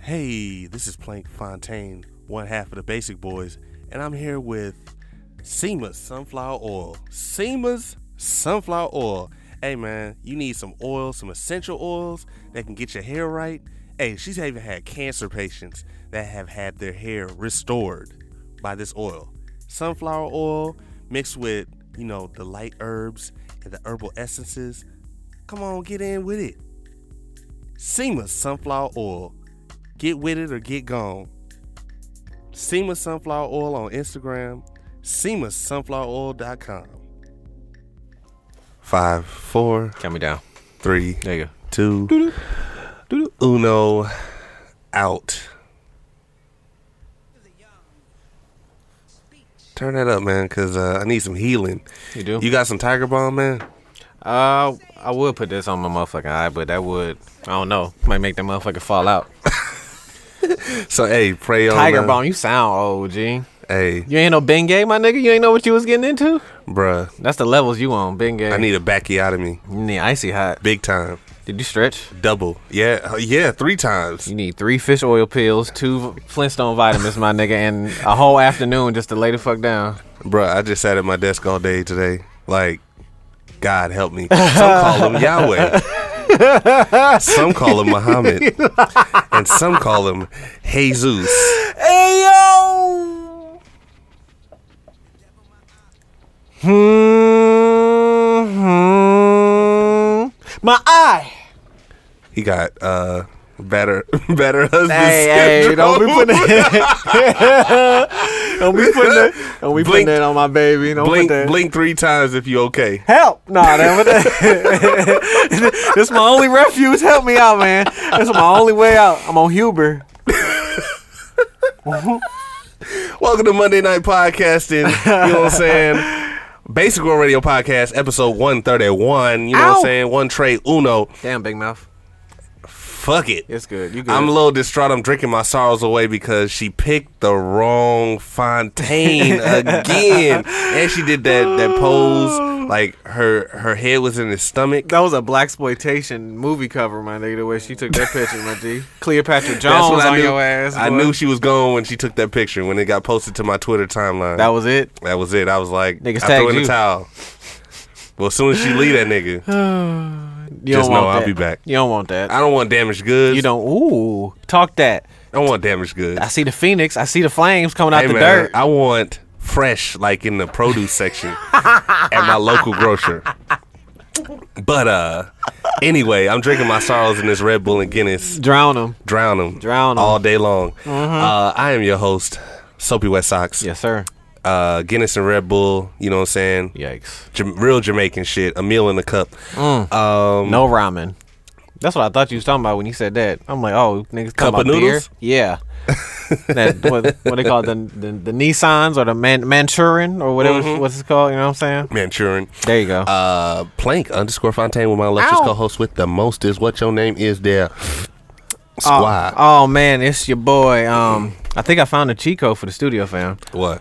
Hey, this is Plank Fontaine, one half of the Basic Boys, and I'm here with SEMA's Sunflower Oil. SEMA's Sunflower Oil. Hey man, you need some oil, some essential oils that can get your hair right. Hey, she's even had cancer patients that have had their hair restored by this oil. Sunflower oil mixed with, you know, the light herbs and the herbal essences. Come on, get in with it. SEMA's Sunflower Oil. Get with it or get gone. SEMA Sunflower Oil on Instagram, SEMASunflowerOil.com. Five, four, Count me down. three, There you go. two, uno, out. Turn that up, man, because uh, I need some healing. You do? You got some Tiger Balm, man? uh, I would put this on my motherfucking eye, but that would, I don't know, might make that motherfucker fall out. So, hey, pray on. Tiger uh, Bomb, you sound old, G. Hey, You ain't no Bengay, my nigga. You ain't know what you was getting into. bruh, That's the levels you on, Bengay. I need a bacchiotomy. You need icy hot. Big time. Did you stretch? Double. Yeah, uh, yeah, three times. You need three fish oil pills, two Flintstone vitamins, my nigga, and a whole afternoon just to lay the fuck down. Bruh, I just sat at my desk all day today. Like, God help me. Some call him Yahweh. some call him Muhammad. And some call him Jesus. Hey yo. Hmm. My eye. He got uh better better husband. Hey, hey, don't be putting that. don't be putting that. Don't be Blink. putting that on my baby. Don't blink put that. blink three times if you okay. Help! Nah, that, that. this my only refuge. Help me out, man. That's my only way out. I'm on Huber. Welcome to Monday Night Podcasting. You know what I'm saying? Basic World Radio Podcast, episode 131. You know what I'm Ow. saying? One trade uno. Damn, big mouth. Fuck it. It's good. You good? I'm a little distraught. I'm drinking my sorrows away because she picked the wrong fontaine again, and she did that that pose like her her head was in his stomach. That was a black exploitation movie cover, my nigga. The way she took that picture, my G. Cleopatra Jones That's what on I knew. your ass. I boy. knew she was gone when she took that picture when it got posted to my Twitter timeline. That, that was it. was it. I was like, Niggas I threw tagged in the you. towel. Well, as soon as she leave that nigga, You Just don't want know I'll that. be back. You don't want that. I don't want damaged goods. you don't. Ooh, talk that. I don't want damaged goods. I see the phoenix. I see the flames coming out Hey, the man, dirt. I want fresh, like in the produce section at my local grocer. But uh, anyway, I'm drinking my sorrows in this Red Bull and Guinness. Drown them. Drown them, Drown 'em. Mm-hmm. all day long. Uh, I am your host, Soapy Wet Socks. Yes, sir. Uh, Guinness and Red Bull. You know what I'm saying? Yikes. Jam- real Jamaican shit. A meal in a cup. Mm. Um, No ramen. That's what I thought you was talking about when you said that. I'm like, oh, niggas talking Cup of about beer? noodles? Yeah. that what, what they call it, the, the the Nissans or the Man- Manchurian or whatever what's it called. You know what I'm saying? Manchurian. There you go. Uh, Plank underscore Fontaine with my illustrious Ow. co-host with the most is what your name is there. Oh, Squad. Oh, man, it's your boy. Um, I think I found a Chico for the studio fam. What?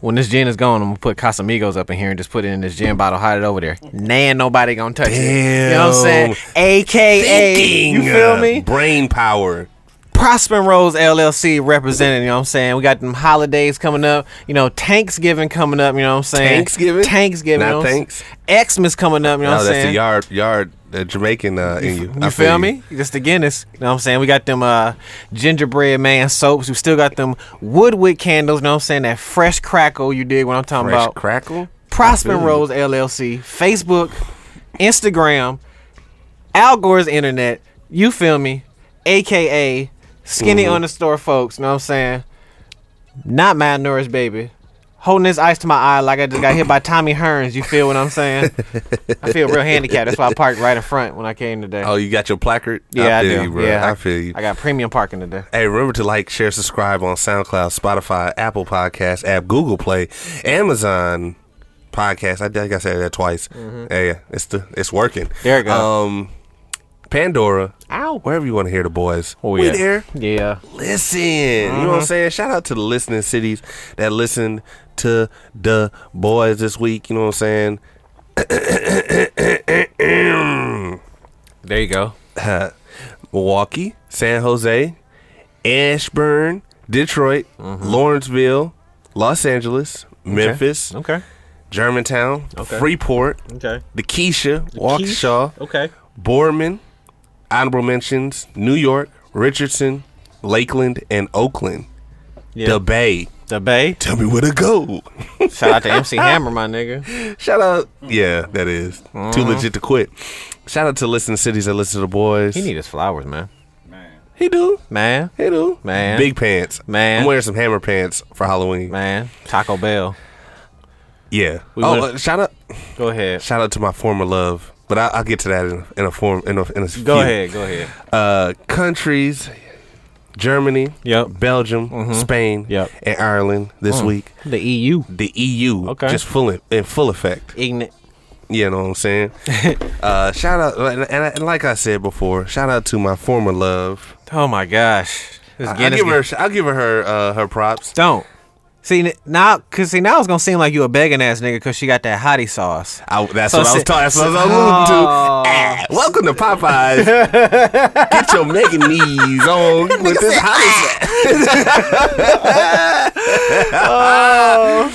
When this gin is gone, I'm gonna put Casamigos up in here and just put it in this gin bottle, hide it over there. Nah, nobody gonna touch it. You know what I'm saying? AKA, thinking. Uh, you feel me? Brain power. Prosper Rose LLC represented, you know what I'm saying? We got them holidays coming up, you know, Thanksgiving coming up, you know what I'm saying? Thanksgiving? Thanksgiving. Not you know what I'm thanks. saying? Xmas coming up, you know No, what I'm that's the saying? yard, yard, uh, Jamaican uh, in you. You I feel, me? Just the Guinness. You know what I'm saying? We got them uh, gingerbread man soaps. We still got them Woodwick candles. You know what I'm saying? That fresh crackle you did what I'm talking Fresh about. crackle. Prosper I feel Rose LLC, Facebook, Instagram, Al Gore's Internet. You feel me? AKA Skinny Mm-hmm. Understore Folks. You know what I'm saying? Not malnourished baby. Holding this ice to my eye like I just got hit by Tommy Hearns. You feel what I'm saying? I feel real handicapped. That's why I parked right in front when I came today. Oh, you got your placard? Yeah, I, feel do. you, bro. Yeah, I feel you. I got premium parking today. Hey, remember to like, share, subscribe on SoundCloud, Spotify, Apple Podcast app, Google Play, Amazon Podcast. I think I said that twice. Hey, yeah, it's the it's working. Mm-hmm. There you go. Um, Pandora, Ow. wherever you want to hear the boys. Oh, we yeah. there. Yeah. listen. You Mm-hmm. know what I'm saying? Shout out to the listening cities that listened to the boys this week. You know what I'm saying? There you go. Milwaukee, San Jose, Ashburn, Detroit, Mm-hmm. Lawrenceville, Los Angeles, Memphis, Okay. Germantown, Okay. Freeport, Okay. the Keisha, Waukesha, Okay. Borman, honorable mentions, New York, Richardson, Lakeland, and Oakland. Yeah. The Bay. The Bay. Tell me where to go. Shout out to MC Hammer, my nigga. Shout out. Yeah, that is. Too Uh-huh. legit to quit. Shout out to Listen Cities and Listen to the Boys. He need his flowers, man. Man. He do. Man. He do. Man. Big pants. Man. I'm wearing some hammer pants for Halloween. Man. Taco Bell. Yeah. We oh, would've- uh, shout out. Go ahead. Shout out to my former love. But I, I'll get to that in, in a form. In a, in a Go few. ahead. Go ahead. Uh, countries: Germany, Yep. Mm-hmm. Belgium, Spain, Yep. and Ireland this week. The EU. The E EU, Okay. just full in, in full effect. Ignorant. You know what I'm saying? uh, shout out, and, and, and like I said before, shout out to my former love. Oh my gosh. This I, will Guinness give her, I'll give her her, uh, her props. Don't. See n- now, cause see now it's gonna seem like you a begging ass nigga, cause she got that hottie sauce. I, that's So what I was sit- talking. That's what I was sit- alluding Oh. to. Ah, welcome to Popeyes. Get your Megan knees on with this ah. hot.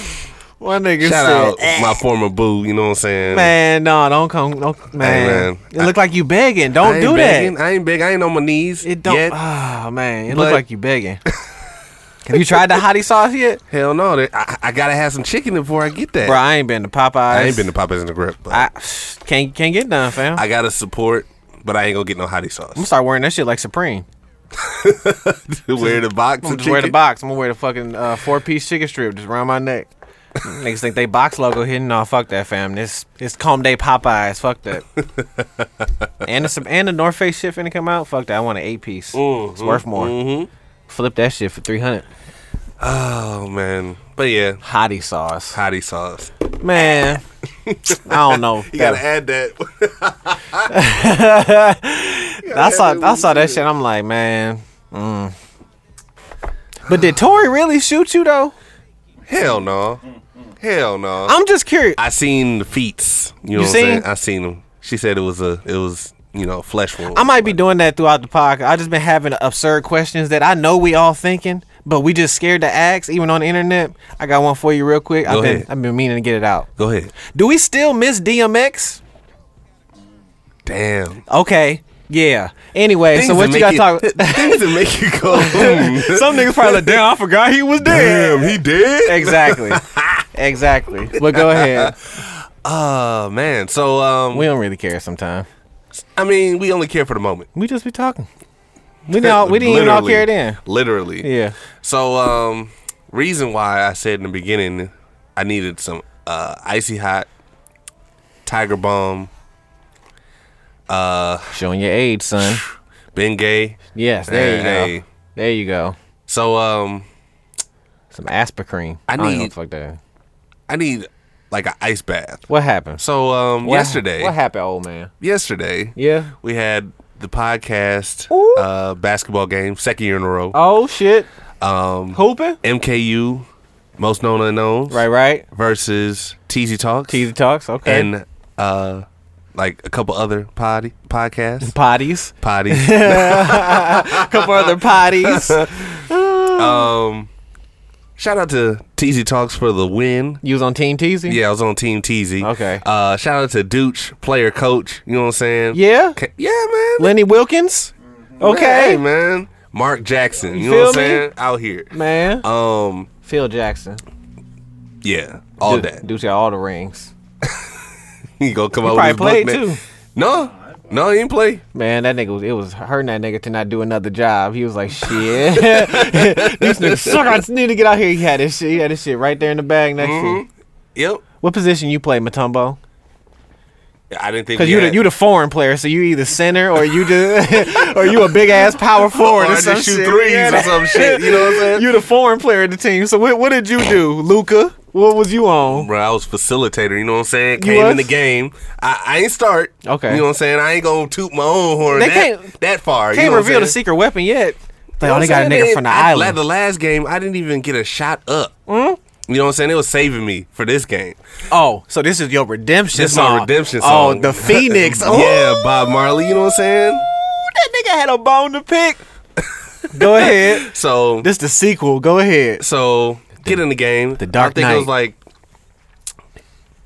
One nigga Shout out my former boo. You know what I'm saying? ah. man, no, don't come, don't, man. man. It look like you begging. I Don't ain't do begging. that. I ain't big. I ain't on my knees. It don't. Yet. Ah man, it look But- like you begging. Have you tried the hottie sauce yet, Hell no. that- I, I gotta have some chicken before I get that. bro? I ain't been to Popeyes. I ain't been to Popeyes in the grip. But I, I can't can't get none, fam. I, am gotta support, but I ain't gonna get no hottie gonna sauce. start wearing that shit like Supreme. wear the box. I'm of gonna just wear the chicken. box. I'm gonna wear the fucking uh, four piece chicken strip just around my neck. Niggas think they box logo hidden. No, fuck that, fam. This it's Comb Day Popeyes. Fuck that. and the some and the North Face shit finna come out. Fuck that. I want an eight piece. Mm-hmm. It's worth more. Flip that shit for three hundred. Oh man. But yeah, Hottie sauce, hottie sauce. man. I don't know. You gotta add that. I saw I saw that shit. I'm like, man. mm. But did Tori really shoot you though? Hell no. Hell no. I'm just curious. I seen the feats. You know You what I'm saying? seen? I seen them. She said it was a it was, you know, flesh wound. I might be doing that throughout the podcast. I just been having absurd questions that I know we all thinking, but we just scared to ask, even on the internet. I got one for you real quick. I've Go been ahead. I've been meaning to get it out. Go ahead. Do we still miss DMX? Damn. Okay. Yeah. Anyway, Things so what that you make gotta talk you- things that make you go hmm. Some niggas probably like, damn, I forgot he was dead. Damn, he did? Exactly. exactly. But go ahead. Oh man. So um We don't really care sometimes. I mean we only care for the moment. We just be talking. We didn't all, we didn't even all Literally. care then. Literally. Yeah. So um reason why I said in the beginning I needed some uh icy hot tiger bomb Showing your age, son. Ben Gay. Yes, there you Hey. go. There you go. So um Some aspirin. I I need need- fuck that. I need like an ice bath. What happened? So um What- yesterday What happened, old man? yesterday Yeah. we had the podcast Ooh. uh basketball game second year in a row. Oh shit. Um Hooping. MKU most known unknowns Right, right. versus TZ Talks Teasy talks. Okay. and uh like a couple other potty podcasts potties. potties. A couple other potties. um shout out to TZ Talks for the win. You was on Team Teasy. Yeah, I was on Team TZ. Okay. Uh, shout out to Dooch, player coach. You know what I'm saying? Yeah. Ca- Yeah, man. Lenny Wilkins. Hey, Okay. Man. man. Mark Jackson. You, You know what I'm feel me? saying? Out here. Um, Phil Jackson. yeah. All Dude- that. Dude got all the rings. He gonna come out with Probably his book, played man. too. No. No, he didn't play. Man, that nigga was it was hurting that nigga to not do another job. He was like, shit. These niggas suck. I just need to get out here. He had his shit. He had his shit right there in the bag next Mm-hmm. to you. Yep. What position you play, Matumbo? I didn't think Because we you had, the, you the foreign player, so you either center or you just or you a big ass power forward or or, I some just shoot shit. threes Yeah. or some shit. You know what I'm saying? You the foreign player of the team. So what, what did you do, Luca? What was you on? Bro, I was facilitator. You know what I'm saying? You Came in the was? game. I, I ain't start. Okay. You know what I'm saying? I ain't gonna toot my own horn They that, can't- that far. you Can't know what I'm reveal the saying? secret weapon yet. You They Hmm? know only what got a I'm nigga saying? from the I- island. Like the last game, I didn't even get a shot up. You know what I'm saying? It was saving me for this game. Oh, so this is your redemption This is song. my redemption Oh, song. the Phoenix. Oh, yeah, Bob Marley. You know what I'm saying? that nigga had a bone to pick. Go ahead. So This the sequel. Go ahead. so get in the game. The Dark I think it was Knight. like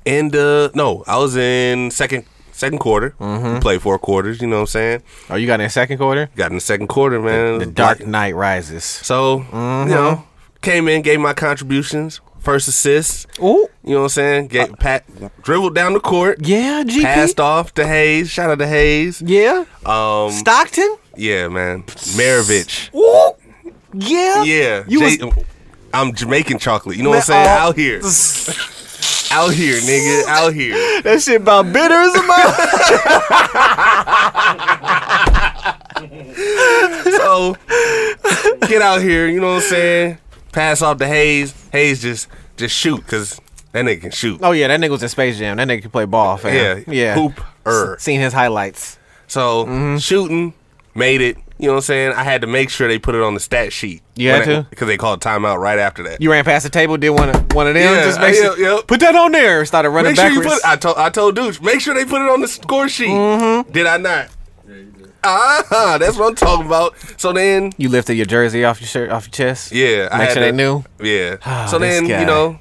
end of no, I was in second second quarter. Mm-hmm. We played four quarters, you know what I'm saying? Oh, you got in second quarter? Got in the second quarter, man. The It was Dark Mm-hmm. like- Knight Rises. So, you know, came in, gave my contributions, first assist, Ooh. you know what I'm saying? Get pat dribbled down the court, Uh, Yeah, GP. passed off to Hayes, shout out to Hayes. Yeah. Um Stockton? yeah, man. Maravich. Ooh. Yeah. Yeah. You J- was- I'm Jamaican chocolate. You know what I'm saying? Man, oh. out here. Out here, nigga. Out here. That shit about bitters about. So get out here, you know what I'm saying? Pass off to Hayes. Hayes just just shoot cuz that nigga can shoot. oh yeah, that nigga was in Space Jam. That nigga can play ball, fam. Yeah. Yeah. Hooper. S- Seen his highlights. So Mm-hmm. shooting, made it. You know what I'm saying? I had to make sure they put it on the stat sheet. You had to? because they called timeout right after that. You ran past the table, did one of, one of them. Yeah, just I- make sure, yeah, yeah. Put that on there. Started running make sure you backwards. put. I told I told dudes. Make sure they put it on the score sheet. Mm-hmm. Did I not? Ah, that's what I'm talking about. So then, You lifted your jersey off your shirt, off your chest. yeah, Make sure they to- knew. Ah, Yeah. so this then, guy. Oh, you know,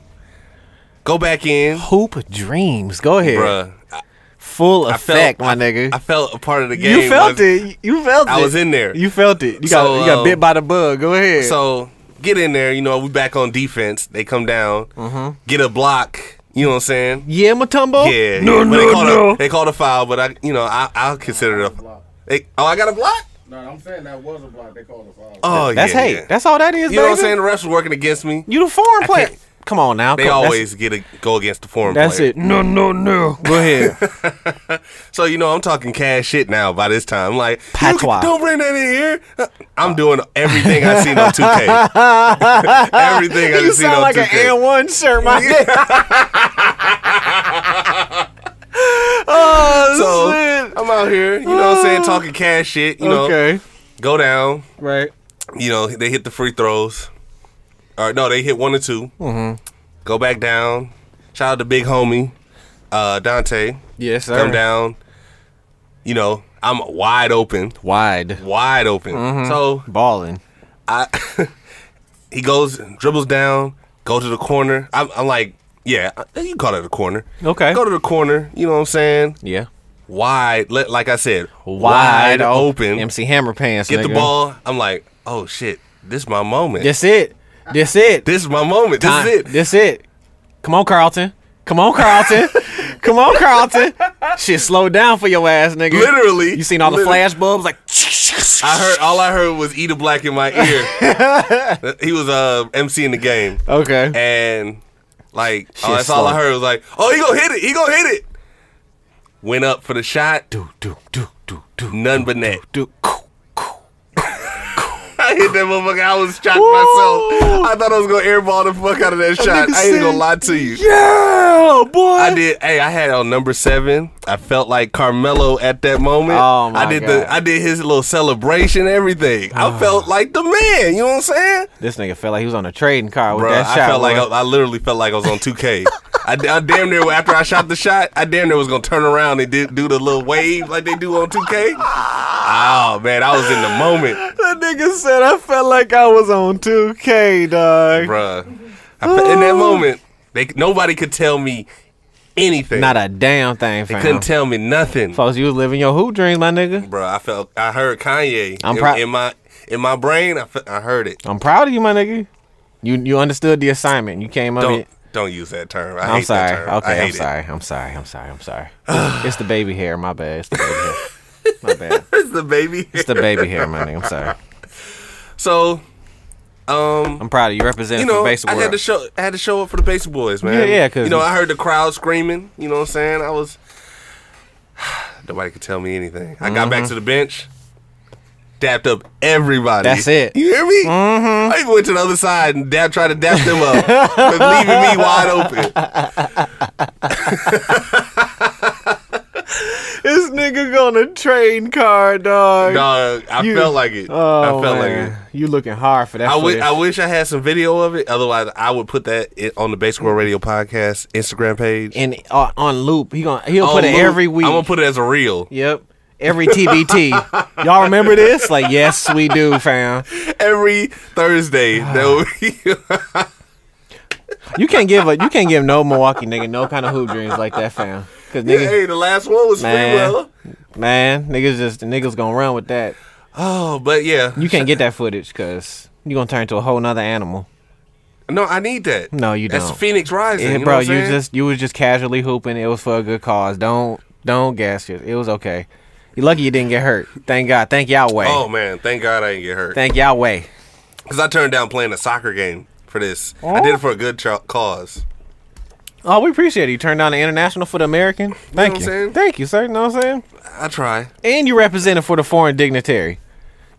go back in, Hoop dreams. Go ahead. bruh. I, Full felt- effect, my nigga. I felt a part of the game. you felt was- it. You felt it. I was in there. You felt it. You got So, you got um, bit by the bug. Go ahead. So get in there. You know, we back on defense. They come down, Mm-hmm. get a block. You know what I'm saying? yeah, Matumbo. Yeah. Oh, No, yeah. But no, they called no. A, they called a foul, but I, you know, I, I'll consider it. A, they, oh, I got a block. No, I'm saying that was a block. They called a foul. Oh, That's yeah, hate. yeah. That's all that is, you baby. know what I'm saying? The refs were working against me. You the foreign player. can't- Come on now. They Come- always get a go against the foreign That's, that's player. it. No, no, no. Go ahead. So you know, I'm talking cash shit now. By this time, I'm like, you Patois. don't bring that in here. Uh, I'm doing everything I seen on 2K. everything I you seen on sound like 2K. an and one shirt, my nigga. so oh I'm out here, you know what I'm saying, talking cash shit. You shit. know, Okay. go down. Right. you know, they hit the free throws. Or no, they hit one or 2 Mm-hmm. Go back down. Shout out to big homie, uh, Dante. Yes, sir. Come down. You know, I'm wide open. Wide. Wide open. Mm-hmm. So Balling. I he goes, dribbles down, go to the corner. I'm, I'm like, yeah, you call it a corner. Okay. Go to the corner, you know what I'm saying? Yeah. Wide, li- like I said, Wide, o- open. MC Hammer pants. Get the nigga. ball. I'm like, oh shit, this is my moment. That's it. That's it. This is my moment. This Time. is it. That's it. Come on, Carlton. Come on, Carlton. Come on, Carlton. Shit, slow down for your ass, nigga. Literally. You seen all the Literally. flash bulbs? Like, I heard all I heard was Eda Black in my ear. he was uh MC in the game. okay. And like oh, Shit that's all I slow. heard was like, oh he gonna hit it, he gonna hit it. Went up for the shot, do, do, do, do, do, none but net. do. I hit that motherfucker, I was shocked myself. I thought I was gonna airball the fuck out of that shot. nigga I ain't said- gonna lie to you. Yeah, boy. I did. Hey, I had on number seven. I felt like Carmelo at that moment. Oh, my I did God. Ah. the. I did his little celebration. Everything. I felt like the man. You know what I'm saying? This nigga felt like he was on a trading card with Bro, that I shot. felt like boy. I, I literally felt like I was on 2K. I, I damn near after I shot the shot, I damn near was gonna turn around and did, do the little wave like they do on 2K. Oh man, I was in the moment, that nigga said I felt like I was on 2K, dog. bruh. I fe- in that moment, they nobody could tell me anything. Not a damn thing, they fam. couldn't tell me nothing, Folks, you was living your hoop dreams, my nigga. bruh. I felt I heard Kanye I'm in, proud- in my in my brain. I, fe- I heard it. I'm proud of you, my nigga. You you understood the assignment. You came up. Don't here- don't use that term. I I'm hate sorry. That term. I Okay, hate I'm it. sorry. I'm sorry. I'm sorry. I'm sorry. it's the baby hair. My bad. It's the baby hair. My bad. It's the baby. It's the baby hair, my nigga. I'm sorry. So, um. I'm proud of you. Representing you know, the base I world. had to show, I had to show up for the Basic Boys, man. Yeah, yeah, 'cause- you know, I heard the crowd screaming. You know what I'm saying? I was nobody could tell me anything. I got Mm-hmm. back to the bench, dapped up everybody. That's it. You hear me? Mm-hmm. I even went to the other side and dap, tried to dap them up, but leaving me wide open. this nigga gonna train car, dog. Dog, I You- felt like it. Oh, I felt man. like it. You looking hard for that. I footage. wi- I wish I had some video of it. Otherwise, I would put that i- on the Basic World Radio podcast Instagram page. and uh, on loop. He gonna he'll On put it loop. every week. I'm gonna put it as a reel. yep. every TBT. Y'all remember this? Like, yes, we do, fam. Every Thursday, Ah. there will be You can't give a you can't give no Milwaukee nigga no kind of hoop dreams like that, fam. Cause nigga, hey, the last one was Man. Freewella. man, niggas just niggas gonna run with that. Oh, but yeah, You can't get that footage because you gonna turn into a whole nother animal. no, I need that. No, you That's don't. Phoenix Rising, Yeah, you know bro, what I'm you was saying? just you was just casually hooping. It was for a good cause. Don't don't gas it. It was okay. You lucky you didn't get hurt. Thank God. Thank Yahweh. Oh man, thank God I didn't get hurt. Thank Yahweh. Because I turned down playing a soccer game for this. I did it for a good tra- cause. Oh, we appreciate it. You turned down the international for the American. Thank what you. I'm saying? Thank you, sir. You know what I'm saying? I try. And you represented for the foreign dignitary.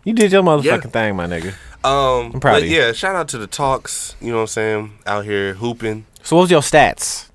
You did your motherfucking Yeah. thing, my nigga. Um, proud but of you. yeah, shout out to the talks. You know what I'm saying? Out here hooping. So what was your stats?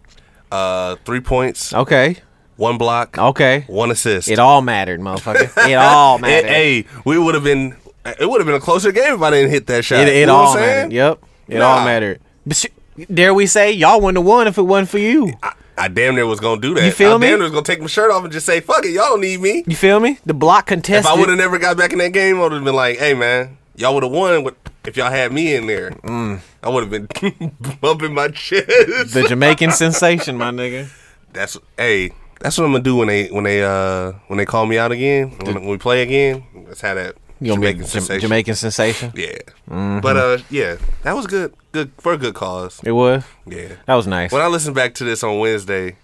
Uh, three points, Okay. one block, Okay. one assist. Oh. It all mattered, motherfucker. It all mattered. It, hey, we would have been. It would have been a closer game if I didn't hit that shot. it, You know what all I'm saying? mattered. Yep. It all Nah. mattered. But sh- dare we say y'all wouldn't have won if it wasn't for you. I damn near was gonna do that. You feel I me? damn near was gonna take my shirt off and just say, "Fuck it, y'all don't need me." You feel me? The block If contested. I would have never got back in that game, I would have been like, "Hey, man, y'all would have won with, if y'all had me in there." Mm. I would have been bumping my chest. the Jamaican sensation, my nigga. That's hey. That's what I'm gonna do when they when they uh when they call me out again when, when we play again. That's how that You gonna Jamaican be sensation. Jam- Jamaican Mm-hmm. sensation? Yeah, but uh yeah, that was good good for a good cause. It was. Yeah. That was nice. When I listen back to this on Wednesday,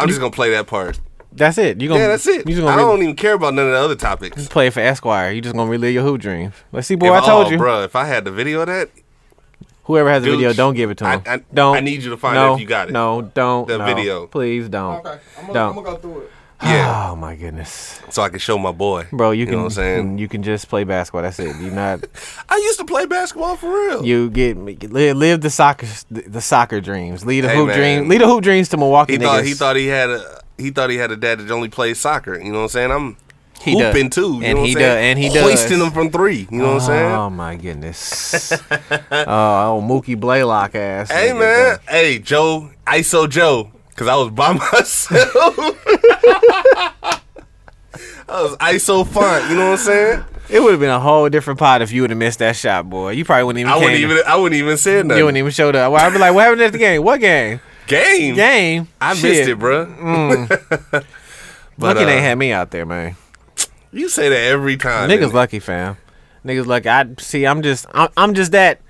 I'm just gonna play that part. that's it. You gonna Yeah, that's it. You just I gonna re- don't even care about none of the other topics. play it for Esquire. You just gonna relive your hoop dreams. Let's see, boy. If- I told oh, you. bro. If I had the video of that, Whoever has the Dude, video, don't give it to I- him. I- don't. I need you to find no, out if you got it. No, don't. The no. video. Please don't. Okay, I'm gonna, I'm don't. gonna go through it. yeah, Oh my goodness, so I can show my boy, bro. You can. know what I'm saying? You can just play basketball. That's it. You not. I used to play basketball for real. You get live, live the soccer the soccer dreams. Lead the Hey, hoop man. dream. Lead the hoop dreams to Milwaukee he niggas. thought he thought he had a he thought he had a dad that only played soccer. You know what I'm saying? I'm He does. hooping too. You And know what he I'm saying? does- and he does. hoisting them from three. You know what I'm saying? Oh my goodness. Oh, oh, Mookie Blaylock ass. Hey nigga, man, hey Joe, ISO Joe, because I was by myself. I was ISO font. You know what I'm saying? It would have been a whole different pot if you would have missed that shot, boy. You probably wouldn't even. I wouldn't came- even. I wouldn't even say nothing. You wouldn't even showed up. Well, I'd be like, "What happened at the game? What game? game. Game? I Shit. Mm. missed it, bruh. but, lucky uh, they had me out there, man. You say that every time. Niggas Niggas like lucky, fam. Niggas lucky. I see. I'm just. I'm, I'm just that.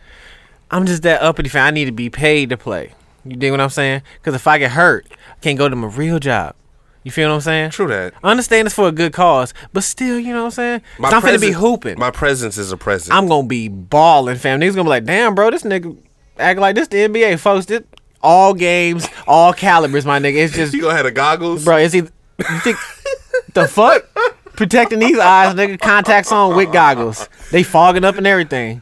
I'm just that uppity fan. I need to be paid to play. You dig what I'm saying? Because if I get hurt, I can't go to my real job. You feel what I'm saying? true that. I understand it's for a good cause, but still, you know what I'm saying? My I'm finna be presence- hooping. My presence is a present. I'm gonna be balling, fam. Niggas gonna be like, damn, bro, this nigga act like this the NBA, folks. This all games, all calibers, my nigga. It's just you gonna have the goggles, bro, is he you think the fuck? Protecting these eyes, nigga, contacts on with goggles. They fogging up and everything.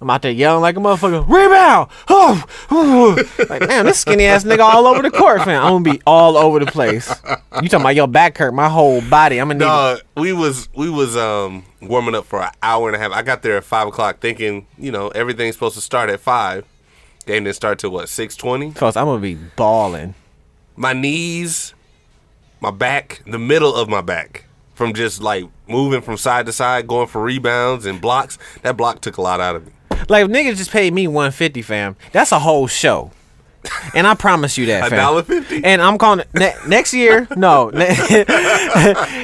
I'm out there yelling like a motherfucker, rebound! Oh, oh. Like, damn, this skinny ass nigga all over the court, fam. I'm gonna be all over the place. You talking about your back hurt, my whole body. I'm gonna need Dog, Uh, we was we was um warming up for an hour and a half. I got there at five o'clock, thinking you know everything's supposed to start at five. Game didn't start till what six twenty. folks, I'm gonna be balling. My knees, my back, the middle of my back, from just like moving from side to side, going for rebounds and blocks. That block took a lot out of me. Like if niggas just paid me 150, fam. That's a whole show. And I promise you that, A fam. dollar fifty? And I'm calling it ne- next year. No, ne-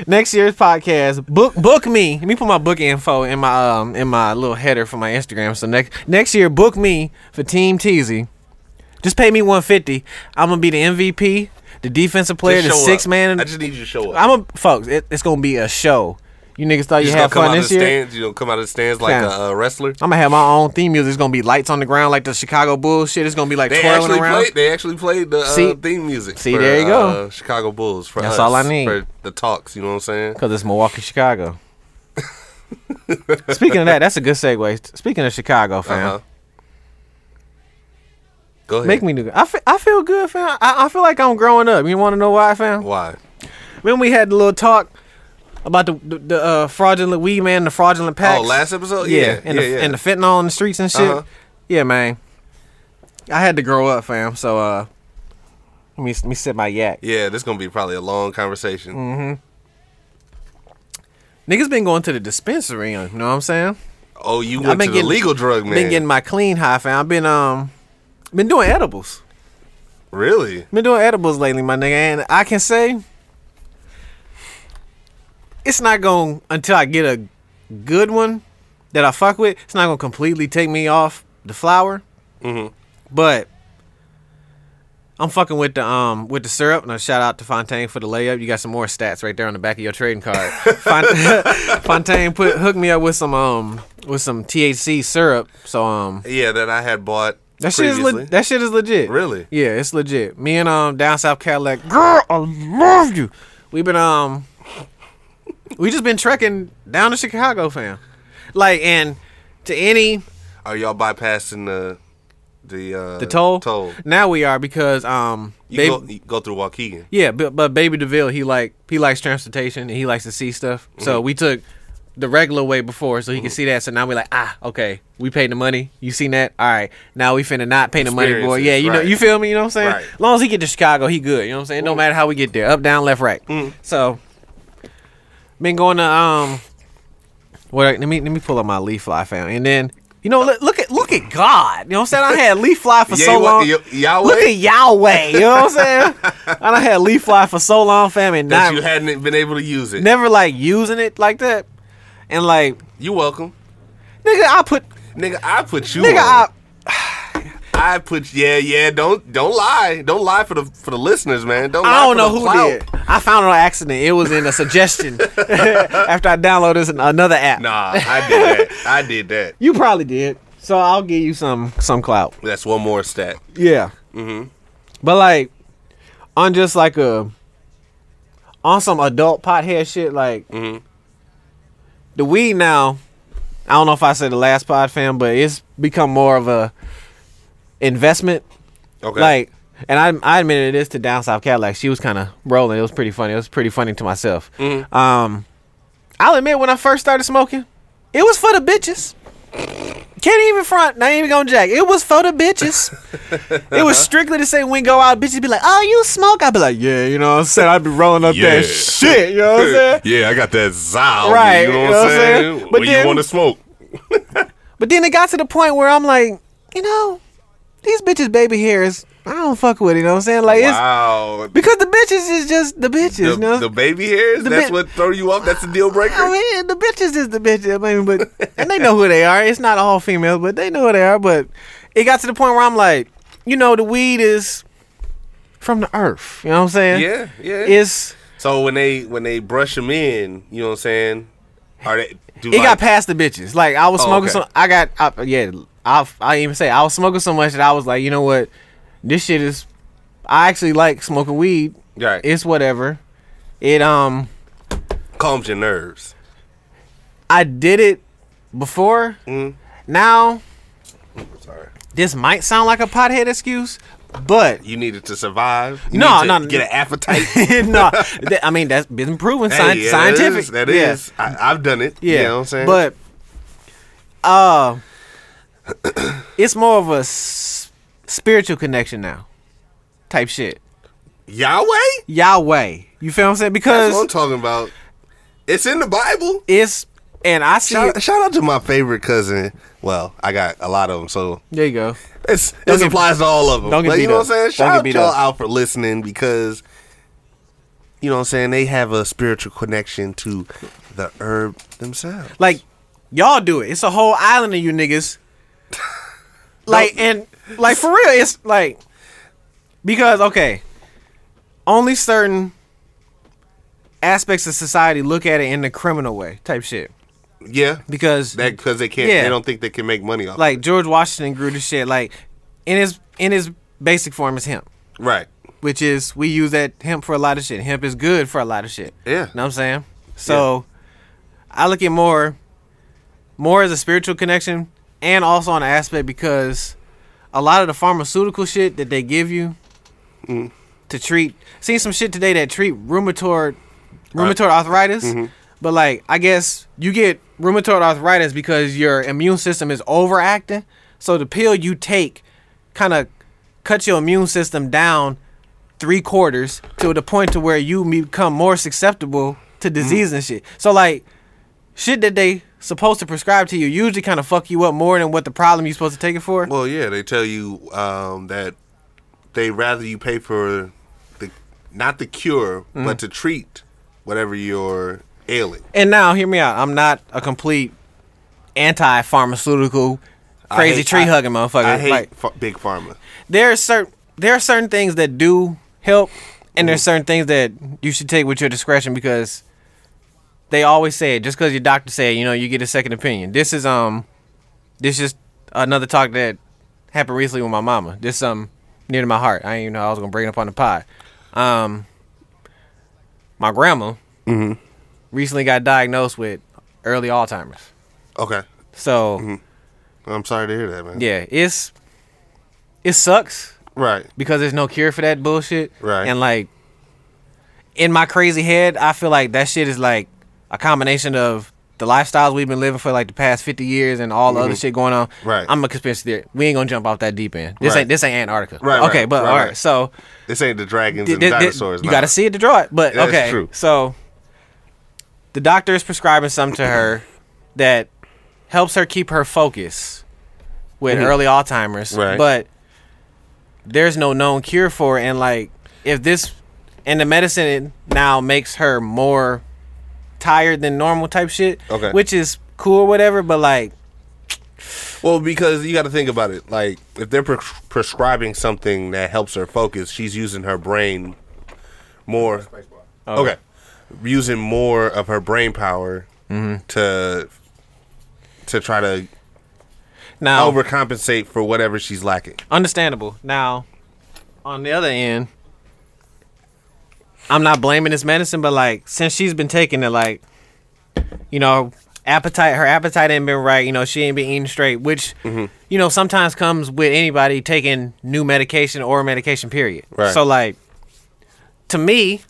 next year's podcast. Book book me. Let me put my book info in my um in my little header for my Instagram. So next next year, book me for Team Teasy. Just pay me 150. I'm gonna be the MVP, the defensive player, Just the show six up. man. I just need you to show up. I'm a folks. It, it's gonna be a show. You niggas thought you, just had gonna come fun out of this the year. stands. You know, come out of the stands like Fam. a, uh wrestler. I'm gonna have my own theme music. It's gonna be lights on the ground like the Chicago Bulls shit. It's gonna be like They twirling actually around. played. They actually played the uh, See- theme music. see, there you go. uh, Chicago Bulls. For That's us, all I need. for the talks. You know what I'm saying? Cause it's Milwaukee, Chicago. Speaking of that, that's a good segue. Speaking of Chicago, fam, Uh-huh. Go ahead. make me do. I fe- I feel good, fam. I, I feel like I'm growing up. You want to know why, fam? why? When we had the little talk about the the, the uh, fraudulent weed man, the fraudulent packs. Oh, last episode. yeah, Yeah, yeah, and yeah. the, and the fentanyl in the streets and shit. Uh-huh. Yeah, man. I had to grow up, fam. So uh, let me let me sit my yak. Mm-hmm. Yeah, this gonna be probably a long conversation. Niggas been going to the dispensary, you know what I'm saying? Oh, you went to been the getting- legal drug man. Been getting my clean high fam. I've been um been doing edibles. really? Been doing edibles lately, my nigga, and I can say it's not going until I get a good one that I fuck with. It's not gonna completely take me off the flower, but I'm fucking with the um with the syrup. Now shout out to Fontaine for the layup. You got some more stats right there on the back of your trading card. Font- Fontaine put hooked me up with some um with some THC syrup. So um Yeah, that I had bought. that shit is previously. le- that shit is legit. Really? Yeah, it's legit. Me and um down south Cadillac girl, I love you. We've been um we just been trekking down to Chicago, fam. Like and to any Are y'all bypassing the the uh, the toll, Toll. now we are because um You, they- go, you go through Waukegan. Yeah, but, but Baby Deville, he like he likes transportation and he likes to see stuff. Mm-hmm. So we took the regular way before, so he could see that. So now we like, ah, okay, we paid the money. You seen that? All right, now we finna not pay the money, boy. Experiences, Yeah, you know, right. you feel me? You know what I'm saying? Right. As long as he get to Chicago, he good. You know what I'm saying? No matter how we get there, up, down, left, right. Mm-hmm. So been going to um, what? Let me let me pull up my leaf fly found, and then. You know, look, look at look at God. You know what I'm saying? I had leaf fly for so Yahweh- long. Yah- Yahweh? Look at Yahweh. You know what I'm saying? I done had leaf fly for so long, fam, and That not, you hadn't been able to use it. never like using it like that. And like, You welcome, nigga, I put nigga. I put you. nigga, I on. I, put. Yeah, yeah. Don't don't lie. Don't lie for the for the listeners, man. Don't. I lie don't know for the who clout. did. I found it on accident. It was in a suggestion after I downloaded this in another app. Nah, I did that. I did that. You probably did. So I'll give you some some clout. That's one more stat. Yeah. Mm-hmm. But like, on just like a, on some adult pothead shit, like the weed now. I don't know if I said the last pod fam, but it's become more of a investment. Okay. Like, and I I admitted this to Down South Cadillac. She was kind of rolling. It was pretty funny. It was pretty funny to myself. Mm-hmm. Um, I'll admit when I first started smoking, it was for the bitches. Can't even front. Not even gonna jack. It was for the bitches. It Uh-huh. was strictly to say when we go out, bitches be like, "Oh, you smoke?" I'd be like, "Yeah," you know what I'm saying. I'd be rolling up Yeah. that shit. You know what I'm saying. yeah, I got that zow. Right, you know what I'm saying? But Well, then- wanna smoke? But then it got to the point where I'm like, you know, these bitches' baby hairs, I don't fuck with. it, You know what I'm saying? Like it's Wow. Because the bitches is just the bitches, The, you know. the baby hairs? The that's bit- Oh, what throw you off? That's a deal breaker? I mean, the bitches is the bitches. I mean, but and they know who they are. It's not all females, but they know who they are. But it got to the point where I'm like, you know, the weed is from the earth. You know what I'm saying? yeah, yeah. It's so when they when they brush them in, you know what I'm saying? Are they do it got like- past the bitches. Like I was Oh, smoking okay. some. I got I, yeah. I I even say I was smoking so much that I was like, you know what, this shit is. I actually like smoking weed. Right. It's whatever. It um. calms your nerves. I did it before. Mm-hmm. Now, Sorry. this might sound like a pothead excuse, but You needed to survive. You No, need to no, get an appetite. no, that, I mean that's been proven Hey, scien- yeah, scientific. That is. that yeah. is. I, I've done it. yeah. You know what I'm saying? But uh, it's more of a s- spiritual connection now, type shit. Yahweh? Yahweh, you feel what I'm saying? That's what I'm Because talking about. It's in the Bible. it's and I see. Shout, it- shout out to my favorite cousin. Well, I got a lot of them, so There you go. it's, Don't this get- applies to all of them. don't get you beat know what up. I'm saying? Don't Shout get out beat y'all up. out for listening because you know what I'm saying they have a spiritual connection to the herb themselves. Like, y'all do it. It's a whole island of you niggas. Like and like for real, it's like because okay, only certain aspects of society look at it in the criminal way type shit Yeah, because that because they can't. Yeah. They don't think they can make money off. like George Washington grew the shit like in his in his basic form is hemp, it. right. which is we use that hemp for a lot of shit. Hemp is good for a lot of shit. Yeah. know what I'm saying? So I look at more more as a spiritual connection and also an aspect because a lot of the pharmaceutical shit that they give you to treat seen some shit today that treat rheumatoid rheumatoid arthritis. But like I guess you get rheumatoid arthritis because your immune system is overacting. So the pill you take kind of cuts your immune system down three quarters to the point to where you become more susceptible to disease and shit. So like shit that they supposed to prescribe to you usually kind of fuck you up more than what the problem you supposed to take it for. Well, yeah, they tell you um, that they rather you pay for the not the cure, Mm-hmm. but to treat whatever you're ailing. and now, hear me out. I'm not a complete anti-pharmaceutical, I crazy hate- tree I- hugging motherfucker. I hate Like, ph- big pharma. there are certain there are certain things that do help, and there's certain things that you should take with your discretion because they always say it. Just because your doctor said, you know, you get a second opinion. This is um, this is another talk that happened recently with my mama. This um near to my heart. I didn't even know I was gonna bring it up on the pod. Um, my grandma recently got diagnosed with early Alzheimer's. Okay, So I'm sorry to hear that, man. yeah, it's it sucks Right. because there's no cure for that bullshit. Right. And like in my crazy head, I feel like that shit is like a combination of the lifestyles we've been living for like the past fifty years and all the other shit going on. Mm-hmm. Right. I'm a conspiracy theory. We ain't gonna jump off that deep end. This Right. ain't this ain't Antarctica. Right, right, Okay, but right, all right. right. So This ain't the dragons th- and th- th- dinosaurs. you nah. gotta see it to draw it. But That's okay. true. So the doctor is prescribing something to her that helps her keep her focus with early Alzheimer's. Mm-hmm. Right. But there's no known cure for it. And like if this and the medicine now makes her more tired than normal type shit. Okay. Which is cool or whatever, but like Well, because you got to think about it. Like, if they're pres- prescribing something that helps her focus, she's using her brain more. Oh. Okay. Using more of her brain power Mm-hmm. to to try to now overcompensate for whatever she's lacking. Understandable. Now, on the other end, I'm not blaming this medicine, but like since she's been taking it, like you know, appetite her appetite ain't been right. You know, she ain't been eating straight, which Mm-hmm. you know sometimes comes with anybody taking new medication or medication. Period. Right. So like, to me.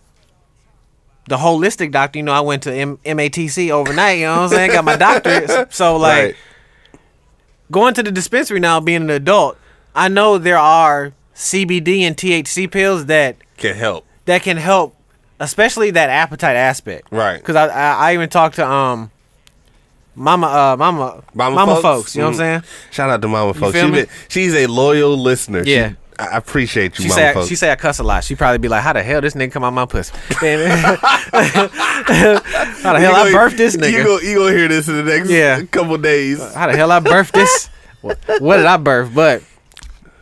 The holistic doctor, you know, I went to M- MATC overnight, you know what I'm saying? Got my doctorate. So, like, right. going to the dispensary now being an adult i know there are cbd and thc pills that Can help. that can help especially that appetite aspect Right. because I, I i even talked to um mama uh mama mama, folks, you know what i'm Mhm. saying Shout out to Mama Folks. feel She me? been- she's a loyal listener. She- Yeah. I I appreciate you, she Mama say, I, Folks. she say I cuss a lot. She probably be like, "How the hell this nigga come out my pussy? How the hell I You gonna- birthed this nigga? You gonna, you gonna hear this in the next Yeah. Uh, couple days. how the hell I birthed this? what, what did I birth? But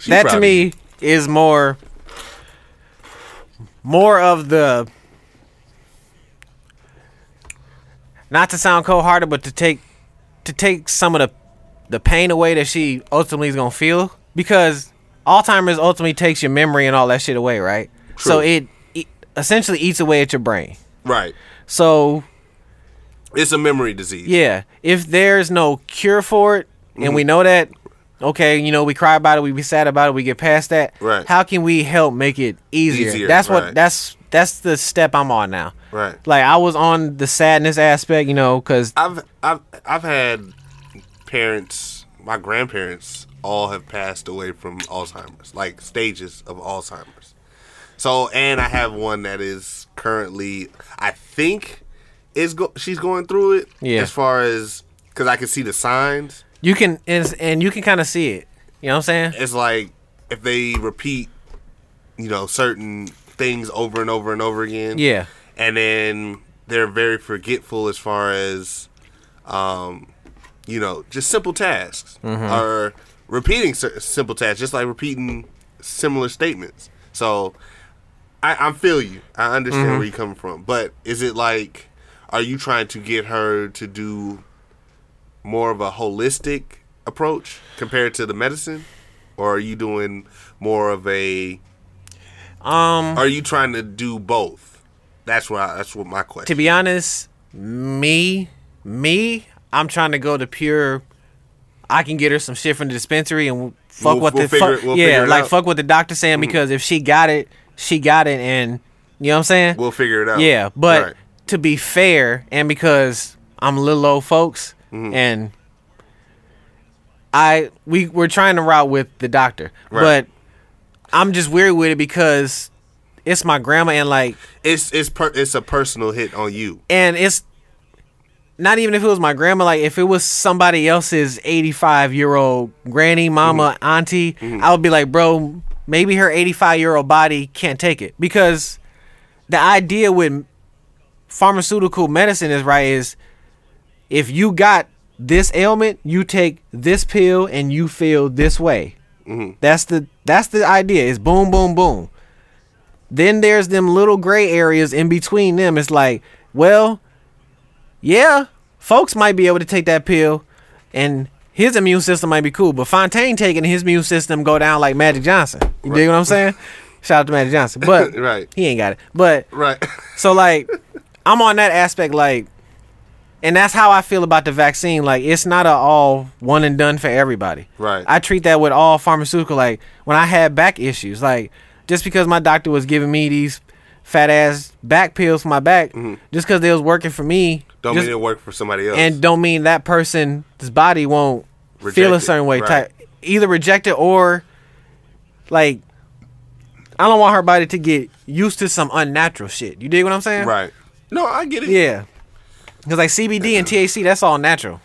She that to probably- me is more, more of the. Not to sound cold-hearted, but to take, to take some of the, the pain away that she ultimately is gonna feel because Alzheimer's ultimately takes your memory and all that shit away, right? So True. it, it essentially eats away at your brain. Right. So It's a memory disease. yeah. If there's no cure for it, and Mm-hmm. we know that, okay, you know, we cry about it, we be sad about it, we get past that. Right. How can we help make it easier? Easier, that's what right. that's that's the step I'm on now. Right. Like I was on the sadness aspect, you know, because I've I've I've had parents, my grandparents all have passed away from Alzheimer's, like stages of Alzheimer's. So, and I have one that is currently, I think, is go- she's going through it. Yeah. As far as because I can see the signs. you can and, and you can kind of see it. You know what I'm saying? It's like if they repeat, you know, certain things over and over and over again. Yeah. And then they're very forgetful as far as, um, you know, just simple tasks Mm-hmm. or repeating cer- simple tasks, just like repeating similar statements. So I, I feel you. I Mm-hmm. understand where you're coming from. But is it like, are you trying to get her to do more of a holistic approach compared to the medicine? Or are you doing more of a Um, are you trying to do both? That's what I, that's what my to question. be honest, me me, I'm trying to go to pure. I can get her some shit from the dispensary and fuck We'll- what we'll the figure fuck, it- we'll yeah, figure it like out. Mm. fuck what the doctor saying because if she got it, she got it, and you know what I'm saying? We'll figure it out. yeah, but Right. to be fair, and because I'm little old folks, Mm-hmm. and I we we're trying to route with the doctor, Right. but I'm just weary with it because it's my grandma and like it's it's per, it's a personal hit on you. and it's not even if it was my grandma, like if it was somebody else's 85 year old granny, mama, auntie, I would be like, bro, maybe her 85 year old body can't take it. Because the idea with pharmaceutical medicine is right is if you got this ailment, you take this pill and you feel this way. That's the that's the idea. It's boom, boom, boom. Then there's them little gray areas in between them. It's like, well, yeah, folks might be able to take that pill, and his immune system might be cool. But Fontaine taking his immune system go down like Magic Johnson. You dig what I'm saying? Shout out to Magic Johnson, but Right. he ain't got it. But Right. so like, I'm on that aspect like, and that's how I feel about the vaccine. Like, it's not a all one and done for everybody. Right. I treat that with all pharmaceutical. Like when I had back issues, like just because my doctor was giving me these fat ass back pills for my back, just because they was working for me, Mm-hmm. Don't just- mean it work for somebody else. and don't mean that person's body won't feel Reject a it, certain way. right. Ty- either reject it or like I don't want her body to get used to some unnatural shit. You dig what I'm saying? right. No, I get it. Yeah. Cause like CBD and THC, that's all natural.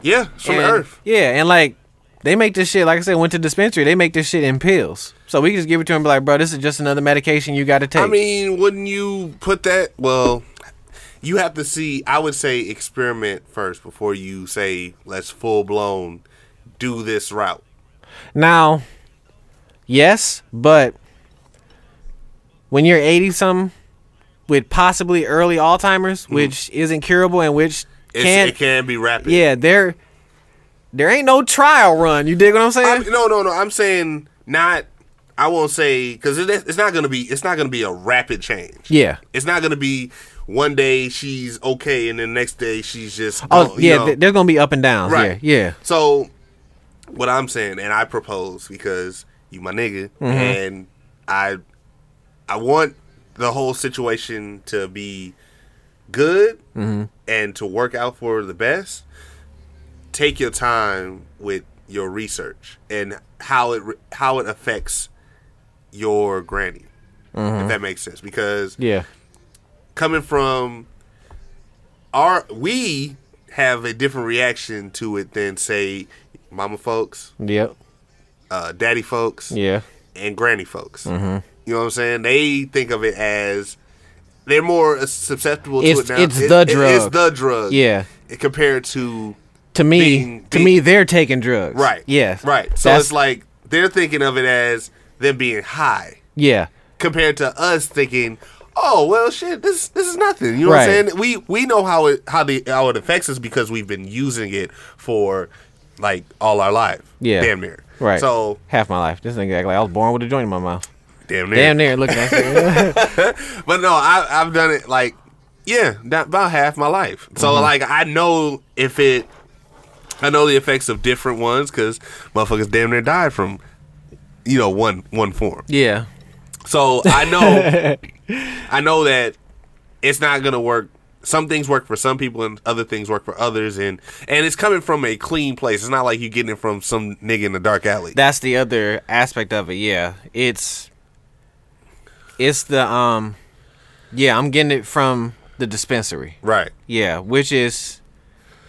Yeah, it's from and, the earth. Yeah, and like they make this shit. Like I said, went to dispensary. They make this shit in pills. So we can just give it to them. Be like, bro, this is just another medication you got to take. I mean, wouldn't you put that? Well, you have to see. I would say experiment first before you say let's full blown do this route. Now, yes, but when you're 80 something with possibly early Alzheimer's, which isn't curable and which Hmm. It's, can, it can be rapid. yeah, there there ain't no trial run. You dig what I'm saying? I'm, no, no, no. I'm saying not. I won't say because it, it's not gonna be. It's not gonna be a rapid change. yeah. It's not gonna be one day she's okay and then the next day she's just. Oh, gone, you yeah, know? th- there's going to be up and downs. Right. Yeah. Yeah. So, what I'm saying, and I propose because you my nigga, Mm-hmm. and I, I want the whole situation to be good Mm-hmm. and to work out for the best. Take your time with your research and how it re- how it affects your granny, Mm-hmm. if that makes sense. Because Yeah. coming from our we have a different reaction to it than say mama folks Yep. uh, daddy folks Yeah. Mm-hmm. and granny folks you know what i'm saying they think of it as they're more susceptible to It's- it now it's the it's drug. the drug Yeah. compared to To me, Being- to me, they're taking drugs. right Yeah. right so That's- it's like they're thinking of it as them being high yeah. compared to us thinking, "Oh well, shit, this this is nothing." You know what I'm Right. saying? We we know how it how the how it affects us because we've been using it for like all our life. Yeah. damn near. Right. So half my life, this nigga act like I was born with a joint in my mouth. damn near. Damn near. Look at that. But no, I I've done it like yeah, not about half my life. So Mm-hmm. like I know if it. I know the effects of different ones because motherfuckers damn near died from, you know, one one form. yeah. So I know, I know that it's not gonna work. Some things work for some people, and other things work for others, and and it's coming from a clean place. It's not like you getting it from some nigga in the dark alley. That's the other aspect of it. Yeah. It's it's the um yeah, I'm getting it from the dispensary. right, Yeah, which is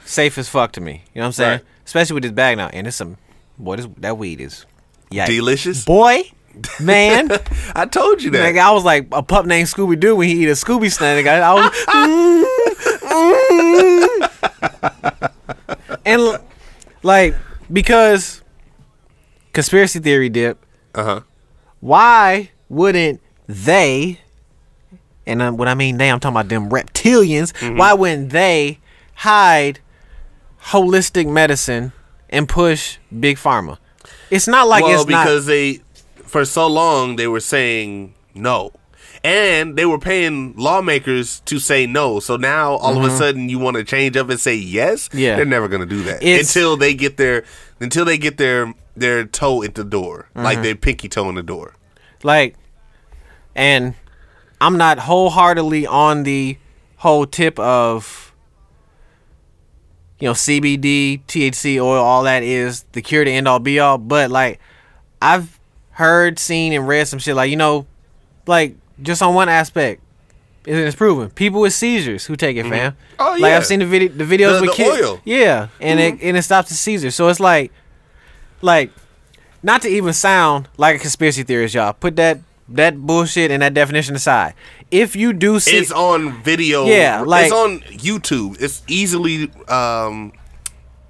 safe as fuck to me. You know what I'm saying? Right. Especially with this bag now. And it's some boy, this that weed is yeah. delicious. boy, man. I told you that. Nigga, I was like a pup named Scooby Doo when he eat a Scooby snack. Nigga. I was, mm, mm. and l- like because conspiracy theory dip. Uh huh. Why wouldn't they? And um, when I mean they, I'm talking about them reptilians. Mm-hmm. Why wouldn't they hide holistic medicine and push big pharma? It's not like well, it's not. because they for so long they were saying no, and they were paying lawmakers to say no. So now all of a sudden you want to change up and say yes. Mm-hmm. Yeah. they're never gonna do that It's- until they get their until they get their their toe at the door, Mm-hmm. like their pinky toe in the door. Like, and I'm not wholeheartedly on the whole tip of, you know, CBD, THC oil, all that is the cure to end all be all. But, like, I've heard, seen, and read some shit, like, you know, like, just on one aspect, and it's proven. People with seizures who take it, fam. Oh, Like yeah. I've seen the video, the videos The- with the kids. oil. Mm-hmm. Yeah, and it and it stops the seizure. So it's like, like, not to even sound like a conspiracy theorist, y'all. Put that that bullshit and that definition aside. If you do see, it's on video. Yeah, like- it's on YouTube. It's easily um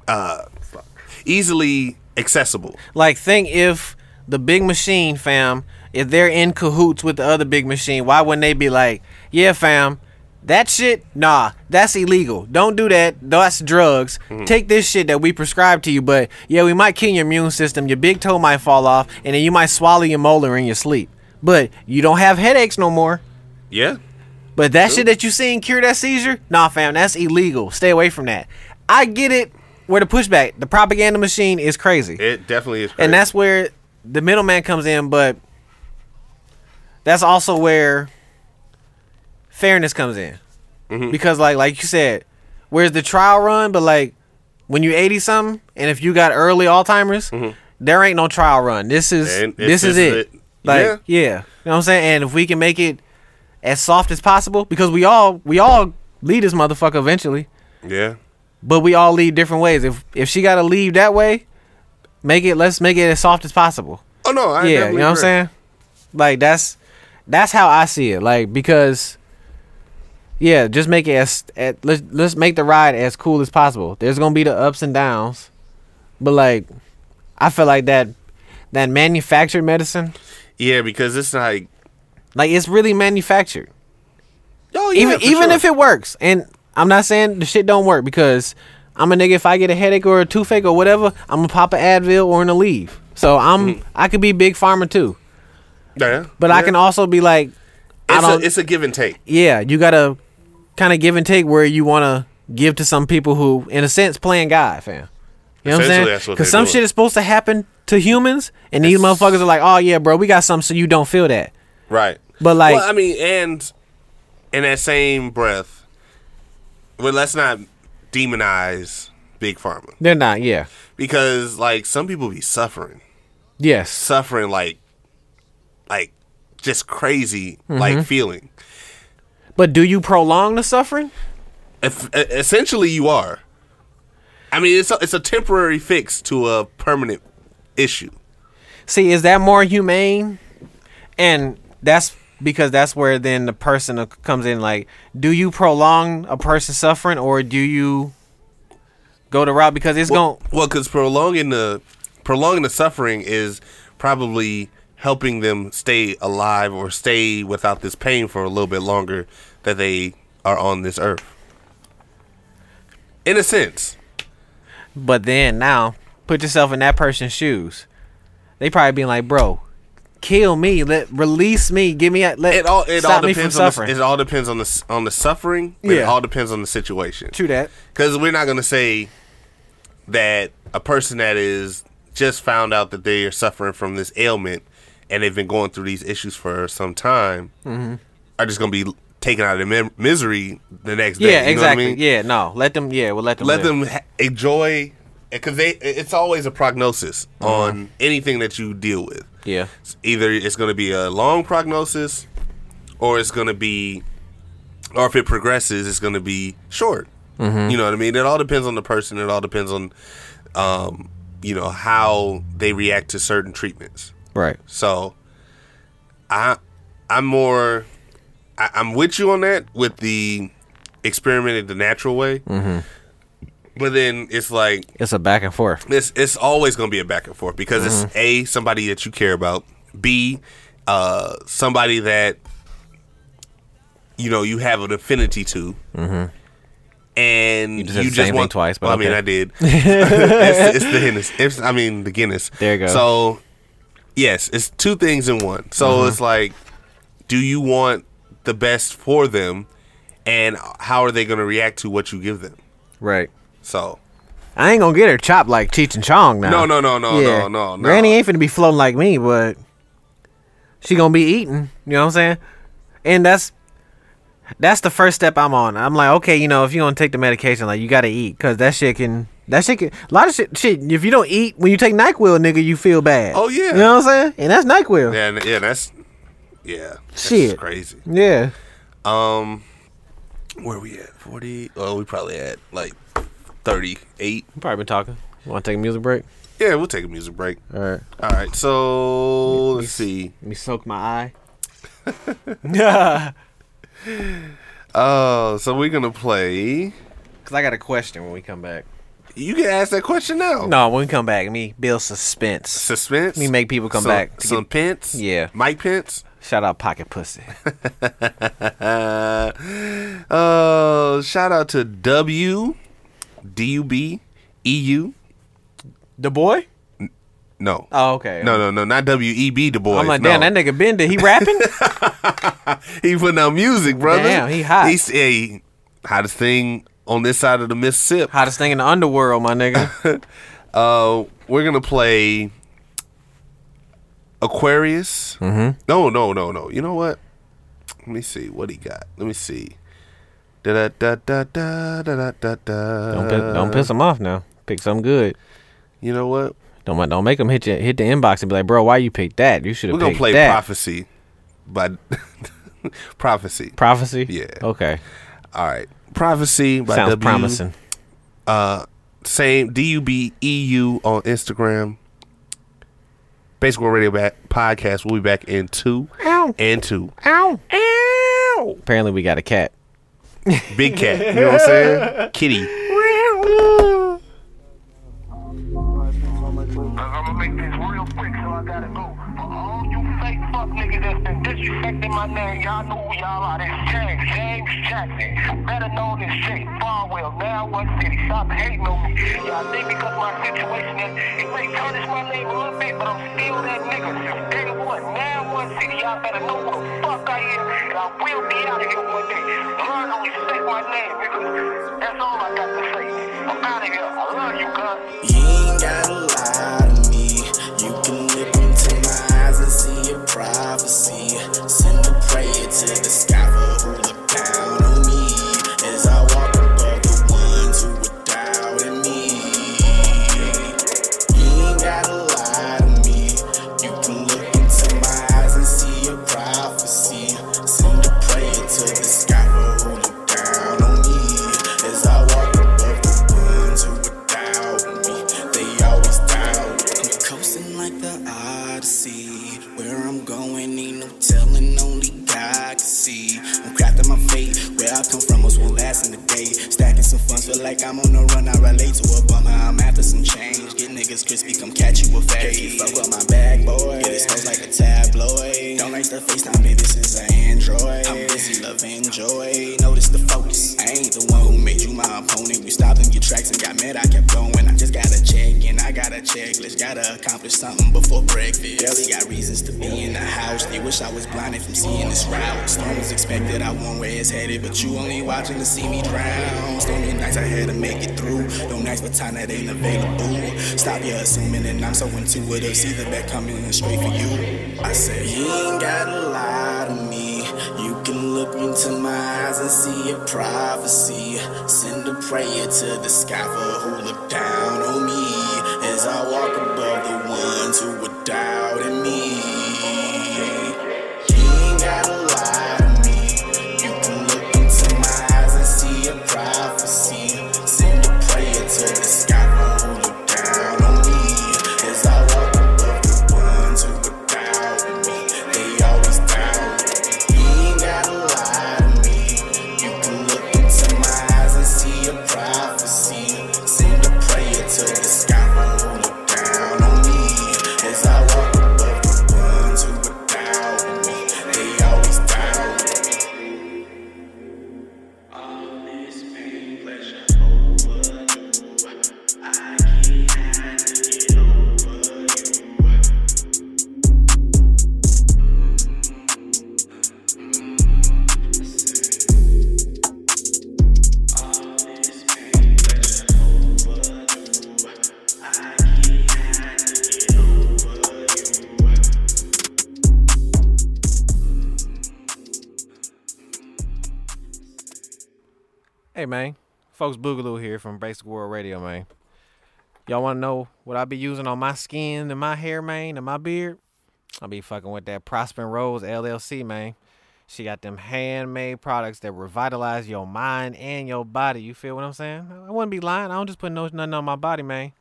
uh fuck. easily accessible. Like, think if the big machine, fam, if they're in cahoots with the other big machine, why wouldn't they be like, yeah, fam, that shit, nah, that's illegal. Don't do that. That's drugs. Take this shit that we prescribe to you, but yeah, we might kill your immune system. Your big toe might fall off, and then you might swallow your molar in your sleep. But you don't have headaches no more. Yeah. But that shit that you seen cure that seizure? Nah, fam, that's illegal. Stay away from that. I get it where the pushback, the propaganda machine is crazy It definitely is. Crazy. and that's where the middleman comes in but that's also where fairness comes in because like like you said where's the trial run but like when you 80 something and if you got early alzheimer's there ain't no trial run this is And if this, is, it, like Yeah. yeah. you know what i'm saying and if we can make it as soft as possible because we all we all lead this motherfucker eventually yeah. but we all lead different ways. If if she gotta leave that way, make it let's make it as soft as possible. Oh no, I yeah, you know definitely what I'm agree. saying? Like that's that's how I see it. Like because yeah, just make it as at, let's let's make the ride as cool as possible. There's gonna be the ups and downs, but like I feel like that that manufactured medicine, Yeah, because it's like like it's really manufactured. oh yeah, even even if it works and i'm not saying the shit don't work because i'm a nigga if i get a headache or a toothache or whatever i'm gonna pop an advil or an aleve so i'm i could be big farmer too yeah, but Mm-hmm. i yeah. can also be like i It's, don't a, it's a give and take. yeah you gotta kind of give and take where you want to give to some people who in a sense playing god fam you know what I'm Essentially, saying? that's what they're Because some doing. shit is supposed to happen to humans, and these motherfuckers are like, "Oh yeah, bro, we got something so you don't feel that." Right. But, like- well, I mean, and in that same breath, well, let's not demonize big pharma They're not. Yeah. because like some people be suffering, Yes. suffering like, like just crazy Mm-hmm. like feeling. But do you prolong the suffering? If, e- essentially, you are. I mean, it's a, it's a temporary fix to a permanent issue. See, is that more humane? And that's because that's where then the person comes in. Like, do you prolong a person's suffering, or do you go to route because it's Well, going? well, because prolonging the prolonging the suffering is probably helping them stay alive or stay without this pain for a little bit longer that they are on this earth. In a sense, But then now, put yourself in that person's shoes. They probably being like, "Bro, kill me, let release me, give me a, let it all it stop all me from depends on the, suffering." it all depends on the s- on the suffering. But It Yeah. all depends on the situation. True that. Because we're not going to say that a person that is just found out that they are suffering from this ailment and they've been going through these issues for some time Mm-hmm. are just going to be taken out of their mi- misery the next day. Yeah, you know what I exactly. mean? Yeah, no, let them. Yeah, we'll let them. Let live. them ha- enjoy because they it's always a prognosis Mm-hmm. on anything that you deal with. Yeah. It's either it's going to be a long prognosis or it's going to be or if it progresses it's going to be short you know what i mean it all depends on the person it all depends on um, you know how they react to certain treatments Right. so i i'm more I, i'm with you on that with the experimenting the natural way but then it's like It's a back and forth. it's it's always going to be a back and forth because it's Mm-hmm. a somebody that you care about, b uh, somebody that you know you have an affinity to, and you Mm-hmm. just just, said the same thing want twice, but well, I mean, okay. I did. it's, it's the Guinness. It's, I mean, the Guinness. There you go. So yes, it's two things in one. So Mm-hmm. it's like, do you want the best for them, and how are they going to react to what you give them? Right. So I ain't gonna get her chopped like Cheech and Chong now. No, no, no, no, no, no, no. Uh-huh. Granny ain't finna be floating like me, but she gonna be eating. You know what I'm saying? And that's that's the first step I'm on. I'm like, okay, you know, if you gonna take the medication, like you gotta eat, cause that shit can. That shit can. A lot of shit. Shit. If you don't eat when you take Nyquil, nigga, you feel bad. Oh, yeah. You know what I'm saying? And that's Nyquil. yeah, and- yeah, that's yeah, that's Shit. crazy. Yeah. Um, where we at? Forty? Oh, we probably at like thirty-eight. You probably been talking. Want to take a music break? Yeah, we'll take a music break. All right. All right, so let's see. Let me soak my eye. Oh, so we're gonna play. Cause I got a question when we come back. You can ask that question now. No, when we come back, me build suspense. Suspense. Me make people come some, back to Some Pence. Yeah. Mike Pence. Shout out pocket pussy. Uh, uh, shout out to W, D U B, E U. the boy? No. Oh, okay. No, no, no, not W E B Du Bois. I'm like, no. damn, that nigga been there. He rapping? he putting out music, brother. Damn, he hot. He's yeah, he, hottest thing on this side of the Mississippi. Hottest thing in the underworld, my nigga. Uh, we're gonna play Aquarius. Mm-hmm. No, no, no, no. You know what? Let me see what he got. Let me see. Da da da da da da da da. don't, piss, don't piss him off now. Pick something good. You know what? Don't ma- don't make him hit you, hit the inbox and be like, bro, why you picked that? You should We're have gonna picked play that. prophecy, but prophecy. Prophecy. Yeah. Okay. All right, prophecy by Sounds W. promising. Same D U B E U on Instagram. Basic World Radio back, podcast. We'll be back in two Ow. and two. Ow. Ow. Apparently, we got a cat. Big cat. You know what I'm saying? Kitty. I'ma make this real quick, so I gotta go. For all you fake fuck niggas that's been disrespecting my name, y'all know who y'all are. That's James, James Jackson, better known as Jay Farwell. Now what city? Stop hating on me. Y'all think because my situation is, it may tarnish my name a little bit, but I'm still that nigga since day one. Now what city? Y'all better know who the fuck I am, and I will be out of here one day. Learn to respect my name, niggas. That's all I got to say. I'm out of here. I love you, cuz. You ain't gotta lie to me. You can look into my eyes and see your privacy. Send a prayer to the sky for who look down on me. As I walk above the ones who were doubting me. You ain't gotta lie to me. You can look into my eyes and see your prophecy. Send a prayer to the sky for who look down on me. As I walk above the ones who were doubting me. They always doubt me. Coasting like the Odyssey. Where I'm going ain't no telling, only God can see. I'm crafting my fate. Where I come from was what last in the day. Stacking some funds, feel like I'm on the run. I relate to a bummer. I'm after some change. Get niggas crispy, come catch you a fade. You fuck with my bag, boy. Get exposed like a tabloid. Don't like the FaceTime, me, this is an android. I'm busy, love, enjoy. Notice the focus. I ain't the one who made you my opponent. You stopped in your tracks and got mad, I kept going. I just gotta check and I got a checklist. Gotta accomplish something before breakfast. Barely got reasons to be in the house. They wish I was blinded from seeing this route. Storm was expected, I won where it's headed, but you only watching to see me drown. Stormy nights, I had to make it through. No nights, but time that ain't available. Stop your assuming, and I'm so intuitive. See the back coming in straight for you. I said, You ain't gotta lie to me. You can look into my eyes and see your privacy. Send a prayer to the sky for who look down on me as I walk above the ones who were doubting me. You ain't gotta lie to me. You can look into my eyes and see your prophecy. Send a prayer to the sky for who look down on me as I walk above the ones who were doubting me. They always doubt me. You ain't gotta lie to me. You can look into my eyes and see your prophecy. Send a prayer to the sky for who look down on me as I walk above the ones who were doubting me. They always doubt me. Hey, man. Folks, Boogaloo here from Basic World Radio, man. Y'all want to know what I be using on my skin and my hair, man, and my beard? I be fucking with that Prosper and Rose LLC, man. She got them handmade products that revitalize your mind and your body. You feel what I'm saying? I wouldn't be lying. I don't just put no nothing on my body, man.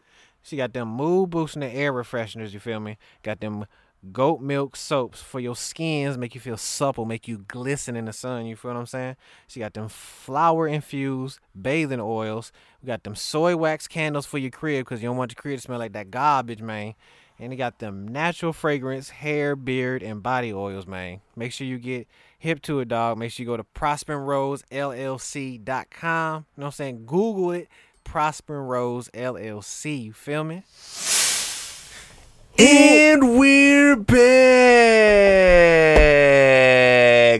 She got them mood boosting and air refresheners. You feel me? Got them goat milk soaps for your skins, make you feel supple, make you glisten in the sun. You feel what I'm saying? She got them flower infused bathing oils. We got them soy wax candles for your crib because you don't want your crib to smell like that garbage, man. And they got them natural fragrance, hair, beard, and body oils, man. Make sure you get hip to it, dog. Make sure you go to prospenrosellc.com. You know what I'm saying? Google it. Prosper Rose LLC. You feel me? And we're back.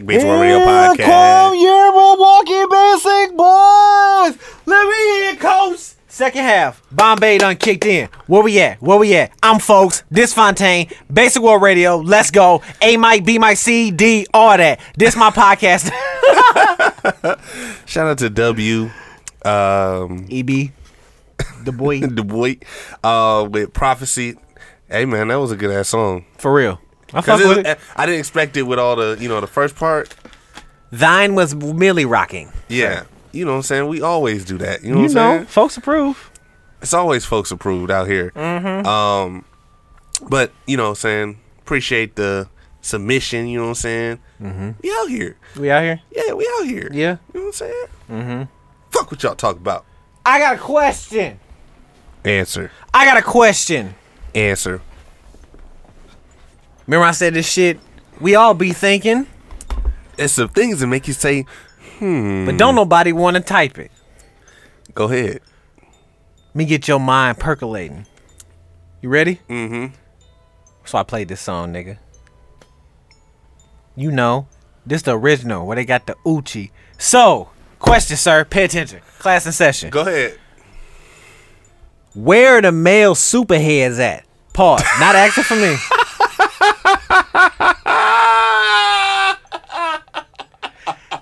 Beats One Radio Podcast. your Milwaukee Basic Boys. Let me hear it, Coach. Second half, Bombay done kicked in. Where we at? Where we at? I'm folks. This Fontaine, Basic World Radio. Let's go. A Mike, B Mike, C D, all that. This my podcast. Shout out to W. Um, EB, the boy, Du Bois, uh, with Prophecy. Hey man, that was a good ass song. for real. I fuck Cause it with was- it. I didn't expect it with all the you know the first part. Thine was merely rocking. Yeah, you know what I'm saying. We always do that. You know You what I'm know, saying. folks approve. It's always folks approved out here. Um, Mm-hmm. but you know what I'm saying. Appreciate the submission. You know what I'm saying. Mm-hmm. We out here. We out here. Yeah, we out here. Yeah. You know what I'm saying. Mm-hmm. Fuck what y'all talk about. I got a question. Answer. I got a question. Answer. Remember I said this shit. We all be thinking, It's some things that make you say, but don't nobody want to type it. "Go ahead." Let me get your mind percolating. You ready? Mm-hmm. So I played this song, nigga. You know, this the original where they got the Uchi. So, question, sir. Pay attention. Class in session. Go ahead. Where are the male superheads at? Pause. Not asking for me.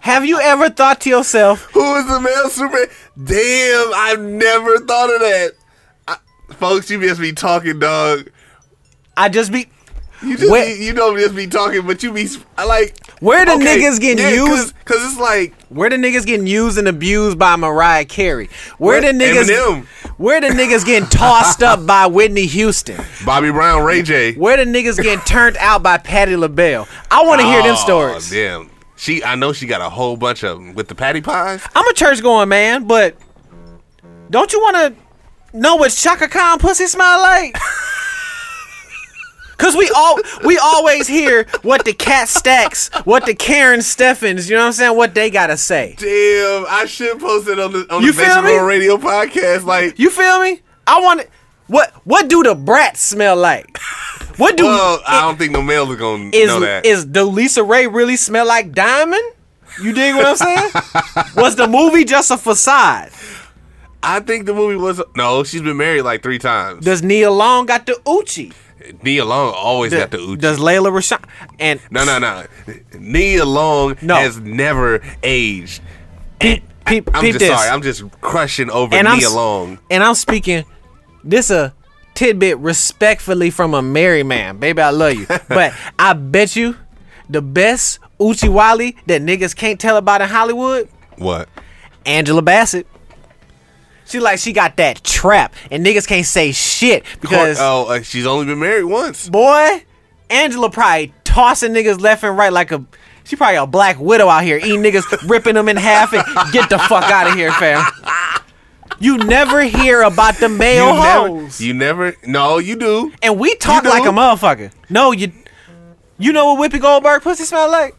Have you ever thought to yourself, Who is the male Superman? Damn, I've never thought of that. I, folks, you just be talking, dog. I just be You just Where- be, you don't just be talking, but you be s- I like Where the niggas getting Cause, used? 'cause it's like Where the niggas getting used and abused by Mariah Carey? Where What? the niggas? Eminem. Where the niggas getting tossed up by Whitney Houston? Bobby Brown, Ray J. Where the niggas getting turned out by Patti LaBelle? I want to hear them Aw, stories. Oh, Damn, she I know she got a whole bunch of them with the patty pies. I'm a church going man, but don't you want to know what Chaka Khan pussy smell like? Cause we all we always hear what the cat stacks, what the Karen Steffens, you know what I'm saying, what they gotta say. Damn, I should post it on the on You the feel Basic me? World Radio podcast. Like, You feel me? I want to. What what do the brats smell like? What do well, I don't think no males are gonna is know that. is do Lisa Ray really smell like diamond? You dig what I'm saying? Was the movie just a facade? I think the movie was no. She's been married like three times. Does Nia Long got the Uchi? Nia Long always got the ooch. Does Layla Rashawn? And No, no, no. Nia Long No. has never aged. peep, peep, I'm peep just this. sorry. I'm just crushing over and I'm Nia s- Long. and I'm speaking this a tidbit respectfully from a married man. Baby, I love you. but I bet you the best Uchi Wally that niggas can't tell about in Hollywood What? Angela Bassett. She like she got that trap, and niggas can't say shit because oh, uh, she's only been married once. boy, Angela probably tossing niggas left and right like a. She probably a black widow out here eating niggas, ripping them in half, and get the fuck out of here, fam. You never hear about the male never, hoes, you never. No, you do. and we talk you like do. a motherfucker. No, you. You know what Whippy Goldberg pussy smell like?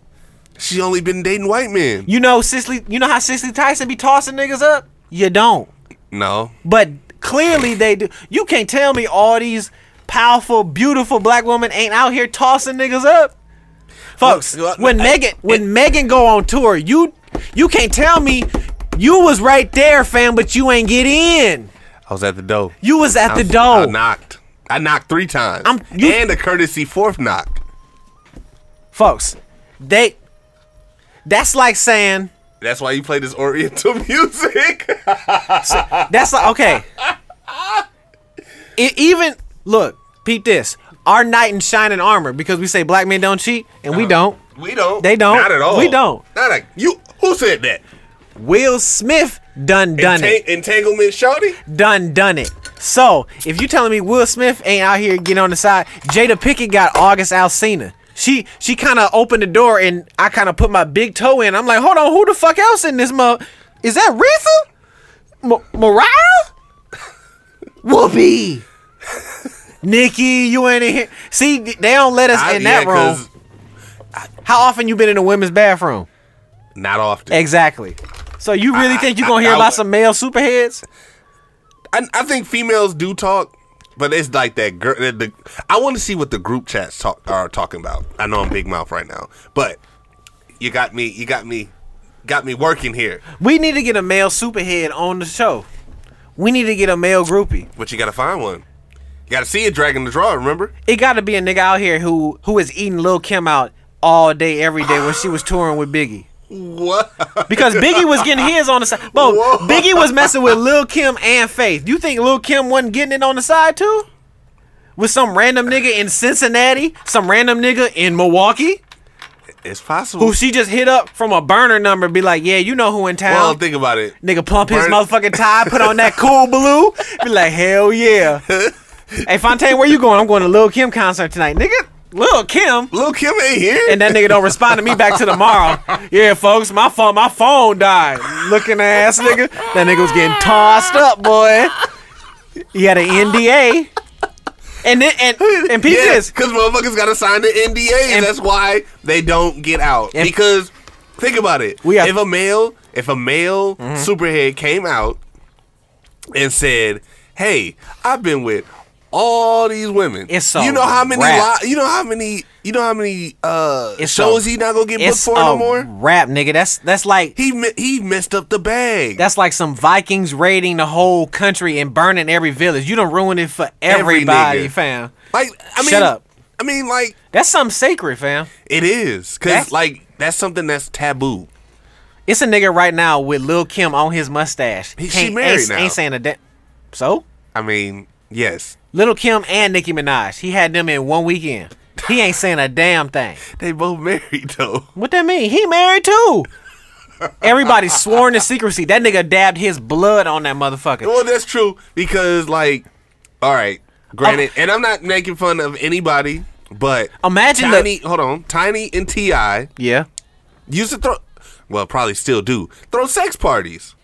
She only been dating white men. You know Cicely. You know how Cicely Tyson be tossing niggas up? You don't. No. But clearly they do. You can't tell me all these powerful, beautiful black women ain't out here tossing niggas up. Folks, Well, well, when I- Megan when Megan go on tour, you you can't tell me you was right there, fam, but you ain't get in. I was at the door. You was at I the was- door. I knocked. I knocked three times. I'm- you- and a courtesy fourth knock. Folks, they that's like saying That's why you play this Oriental music. That's like okay. It even Uh-huh. look, peep this. Our knight in shining armor because we say black men don't cheat and we don't. We don't. They don't. Not at all. We don't. Not like you. Who said that? Will Smith done done Entang- it. entanglement, shorty. done done it. So if you telling me Will Smith ain't out here getting on the side, Jada Pickett got August Alsina. She she kind of opened the door and I kind of put my big toe in. I'm like, hold on, who the fuck else in this mug? Is that Risa? M- Mariah? Whoopi. Nikki, you ain't in here. See, they don't let us I- in that yeah, room. 'cause How often you been in a women's bathroom? Not often. Exactly. So you really I- think you I- gonna hear I about would- some male superheads? I, I think females do talk, but it's like that girl. The, the- I want to see what the group chats talk, are talking about. I know I'm big mouth right now, but you got me. You got me. Got me working here. We need to get a male superhead on the show. We need to get a male groupie. But you got to find one. You got to see it dragging the draw. Remember? It got to be a nigga out here who who is eating Lil Kim out all day, every day when she was touring with Biggie. What? Because Biggie was getting his on the side. Bro, Whoa. Biggie was messing with Lil Kim and Faith. You think Lil Kim wasn't getting it on the side too? With some random nigga in Cincinnati, some random nigga in Milwaukee, It's possible. who she just hit up from a burner number, be like, yeah, you know who in town. well, think about it. Nigga pump his Burn- motherfucking tie, put on that cool blue, be like, hell yeah. hey Fontaine, where you going? I'm going to Lil Kim concert tonight, nigga. Lil Kim. Lil Kim ain't here. And that nigga don't respond to me back to tomorrow. Yeah, folks, my phone, my phone died. Looking ass nigga. That nigga was getting tossed up, boy. He had an NDA. And then and and peep this. because motherfuckers got to sign the NDA, And- and that's why they don't get out. And- because think about it, We have- Mm-hmm. if a male, if a male superhead came out and said, "Hey, I've been with all these women," It's a you know how many, wrap. li- you know how many, you know how many uh, It's shows a- he not gonna get booked It's for no a more. rap, nigga. That's that's like He me- he messed up the bag. That's like some Vikings raiding the whole country and burning every village. You done ruined it for Every everybody, nigga. fam. like I mean, Shut up. I mean, like That's something sacred, fam. it is because That's- like that's something that's taboo. It's a nigga right now with Lil Kim on his mustache. He- Can't- she married ain't, now. Ain't saying a damn. So, I mean, yes, Lil Kim and Nicki Minaj, he had them in one weekend. He ain't saying a damn thing. they both married though. What that mean? He married too. Everybody sworn to secrecy. That nigga dabbed his blood on that motherfucker. Well, that's true because, like, all right, granted, and I'm not making fun of anybody, but Imagine the- Tiny. hold on, Tiny and Ti Yeah. used to throw, well, probably still do throw sex parties,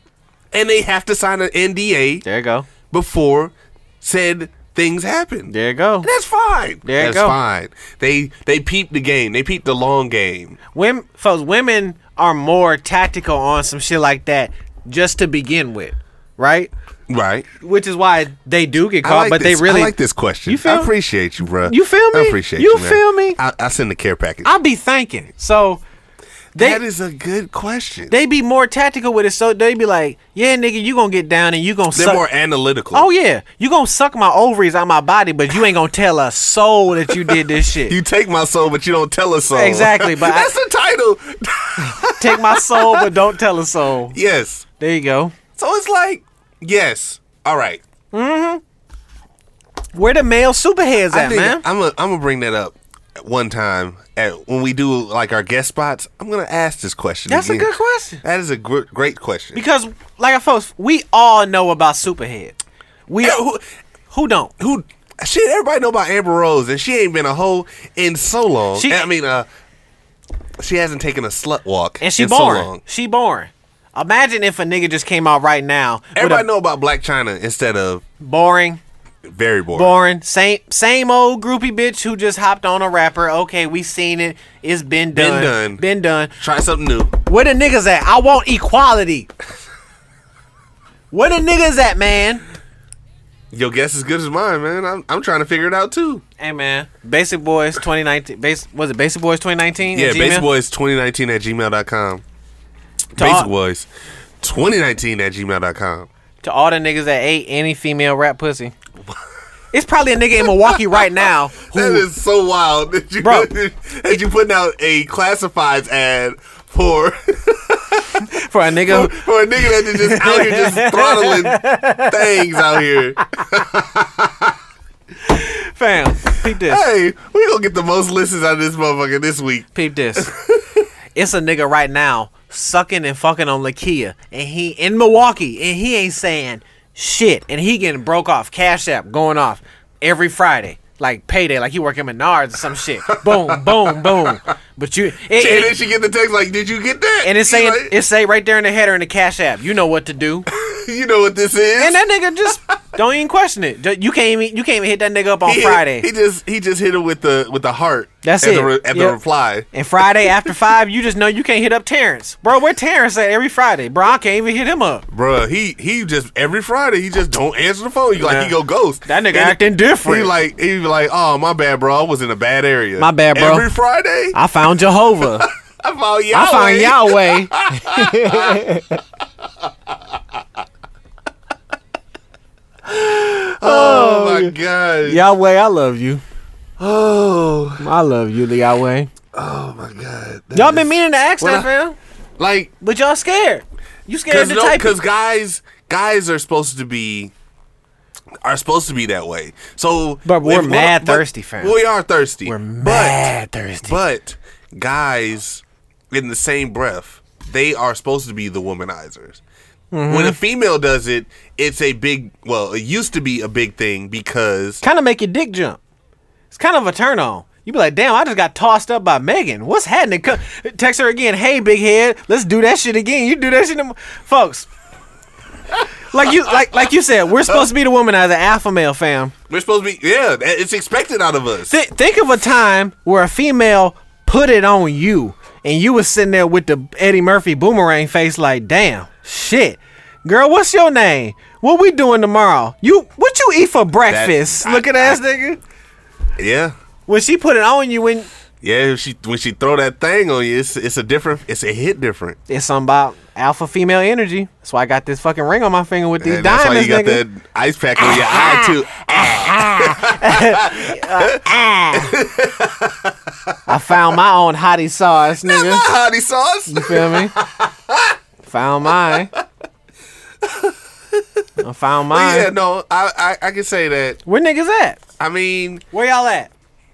and they have to sign an NDA There you go. before said things happen. There you go. That's fine. There you That's go. fine. They they peep the game. They peep the long game. women folks women are more tactical on some shit like that just to begin with right Right. which is why they do get I caught like but this. they really I like this question. You feel- I appreciate you, bro. You feel I me? appreciate you. You man. feel me? I, I send the care package. i be thinking so they that is a good question. they be more tactical with it so they be like yeah nigga you gonna get down and you gonna They're suck more analytical. oh yeah you gonna suck my ovaries out my body but you ain't gonna tell a soul that you did this shit You take my soul, but you don't tell us so. Exactly, but I- that's the title. take my soul but don't tell a soul yes. there you go So it's like, yes. All right. where the male superheads I at think man I'm gonna I'm gonna bring that up at one time at, when we do like our guest spots. I'm gonna ask this question. that's a again. good question That is a gr- great question. Because, like I folks, we all know about Superhead. We Yeah, who- who, don't? who shit everybody know about Amber Rose and she ain't been a hoe in so long. She- I mean, uh, she hasn't taken a slut walk And she in boring. so long. She boring. Imagine if a nigga just came out right now Everybody with a know about Black China instead of boring, very boring. boring, same same old groupie bitch who just hopped on a rapper. Okay, we seen it. It's been Been done. done. Been done. Try something new. Where the niggas at? I want equality. Where the niggas at, man? Your guess is good as mine, man. I'm, I'm trying to figure it out too. Hey man, Basic Boys 2019. Base was it Basic Boys 2019? Yeah, baseboys2019 at gmail.com. all- Baseboys2019 at gmail.com. to all the niggas that ate any female rap pussy. It's probably a nigga in Milwaukee right now who That is so wild that you, Bro. that you putting out a classifieds ad for, for a nigga who, for a nigga that is just out here just throttling things out here. fam. peep this. Hey, we gonna get the most listens out of this motherfucker this week. Peep this. it's a nigga right now sucking and fucking on Lakia, and he in Milwaukee, and he ain't saying shit, and he getting broke off Cash App going off every Friday. Like payday, like you work at Menards or some shit. boom, boom, boom. But you, it- And it- then she get the text like, "Did you get that?" and it's You saying like, it's say right there in the header in the Cash App. You know what to do, "You know what this is." and that nigga just don't even question it. Ju- You can't even you can't even hit that nigga up on He hit- Friday. he just he just hit her with the with the heart. That's at it. The re, at Yep. the reply. And Friday after five, you just know you can't hit up Terrence, bro. Where Terrence at every Friday, bro? I can't even hit him up. Bruh, he he just every Friday he just don't answer the phone. He like Yeah. he go ghost. That nigga And acting different. He like he be like, oh my bad, bro. I was in a bad area. My bad, bro. Every Friday, I, I found Jehovah. found Yahweh. I found Yahweh. Oh my god. Yahweh, I love you. Oh, I love you, Yahweh. oh my god. That Y'all is- been meaning to ask Well, that, fam, like but y'all scared. You scared because to type it. guys guys are supposed to be are supposed to be that way. So But we're if- mad but thirsty, fam. We are thirsty. We're Mad Thursday. But guys, in the same breath, they are supposed to be the womanizers. Mm-hmm. When a female does it, it's a big. Well, it used to be a big thing because kind of make your dick jump. It's kind of a turn on. You be like, damn, I just got tossed up by Megan. What's happening? Co- Text her again. Hey, big head, let's do that shit again. You do that shit, to m- folks. like you, like like you said, we're supposed to be the womanizer, alpha male, fam. we're supposed to be. Yeah, that- it's expected out of us. Thi- think of a time where a female put it on you, and you was sitting there with the Eddie Murphy boomerang face, like, damn, shit, girl, what's your name? What we doing tomorrow? You what you eat for breakfast? I- Looking I- ass nigga. Yeah, when she put it on you when yeah. If she when she throw that thing on you, it's it's a different. It's a hit different. it's something about alpha female energy. That's why I got this fucking ring on my finger with these And that's why you diamonds, got nigga. that ice pack on your eye too. I found my own hottie sauce, nigga. Hottie sauce. You feel me? found mine. I found mine. Yeah, no, I, I I can say that. Where niggas at? I mean, Where y'all at?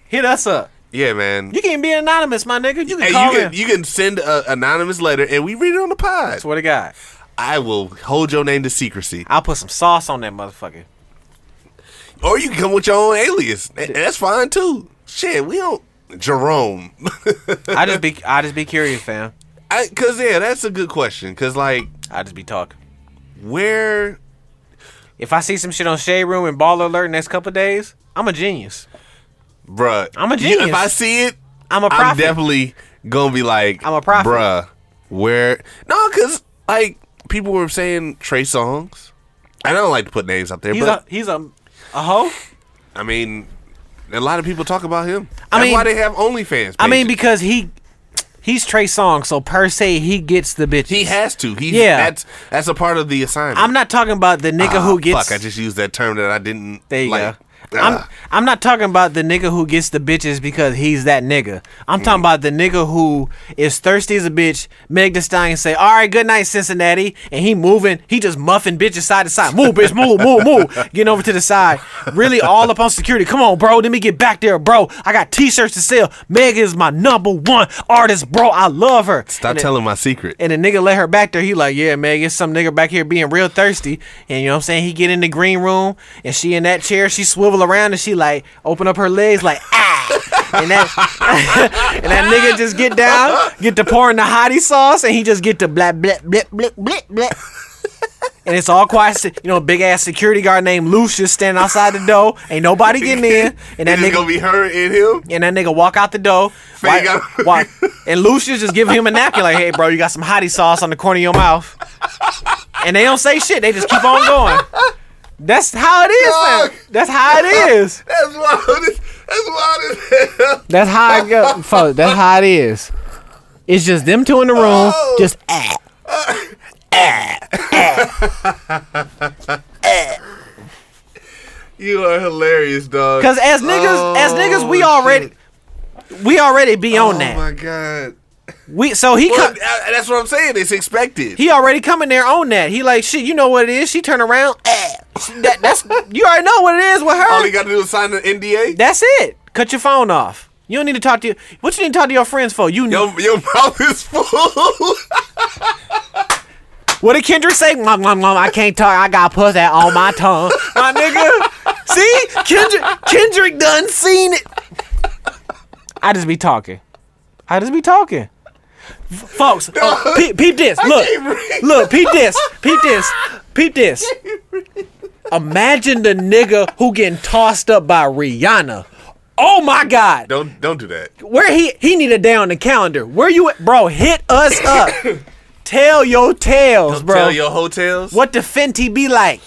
Hit us up. yeah, man. You can be anonymous, my nigga. You can Hey, call you can in. you can send an anonymous letter and we read it on the pod. Swear to God, I will hold your name to secrecy. I'll put some sauce on that motherfucker. Or you can come with your own alias. Th- That's fine too. Shit, we don't Jerome. I just be, I just be curious, fam. I, Cause yeah, that's a good question. Cause like I just be talking. where If I see some shit on Shade Room and Baller Alert next couple days, I'm a genius. bruh. I'm a you- genius. if I see it, I'm a I'm prophet. definitely gonna be like I'm a prophet. Bruh. Where no, cause like people were saying Trey Songs. I don't like to put names out there, he's but a he's a a hoe. I mean a lot of people talk about him. That's I mean- why they have OnlyFans. I mean, pages. because he he's Trey Songz, so per se he gets the bitches. He has to. He Yeah. That's that's a part of the assignment. I'm not talking about the nigga Ah, who gets. Fuck! I just used that term that I didn't. there you like, go. ah, I'm I'm not talking about the nigga who gets the bitches because he's that nigga. I'm Mm. talking about the nigga who is thirsty as a bitch. Meg Thee Stallion say, "All right, good night, Cincinnati," and he moving. He just muffing bitches side to side. Move, bitch, move, move, move. Getting over to the side. Really, all up on security. Come on, bro. Let me get back there, bro. I got t-shirts to sell. Meg is my number one artist, bro. I love her. stop And it- telling my secret. and the nigga let her back there. He like, yeah, man, it's some nigga back here being real thirsty. And you know what I'm saying? He get in the green room and she in that chair, she swivel around and she like open up her legs like ah. And that and that nigga just get down, get to pouring the hottie sauce, and he just get to blap blap blip blip blip blip. And it's all quiet. You know, big ass security guard named Lucius standing outside the door. Ain't nobody getting in. And that it's just nigga gonna be her and him. and that nigga walk out the door. Why, out. why, and Lucius just give him a napkin like, hey, bro, you got some hottie sauce on the corner of your mouth. And they don't say shit. They just keep on going. That's how it is, man. Dog. That's how it is. That's wild. as- That's wild as hell. That's how it go. Fuck, that's how it is. It's just them two in the room, Oh. just ah. You are hilarious, dog. Cause as niggas, as niggas, we already, we already be on Oh that. my god. We so he Well, come, I- that's what I'm saying. It's expected. he already coming there on that. He like shit. You know what it is? She turn eh. around. Ah. That, that's you already know what it is with her. All he got to do is sign an NDA. That's it. Cut your phone off. You don't need to talk to your, what you need to talk to your friends for. You know Your, your mouth is full. what did Kendrick say? Mom, mom, mom, I can't talk. I got pussy on my tongue. My nigga. See? Kendrick Kendrick done seen it. I just be talking. I just be talking. F- Folks, uh, peep, peep this. Look, look, peep this. Peep this. Peep this. Imagine the nigga who getting tossed up by Rihanna. Oh my God. don't don't do that. Where he he need a day on the calendar. Where you at, bro? Hit us up. Tell your tales, bro. Tell your hotels. what the Fenty be like?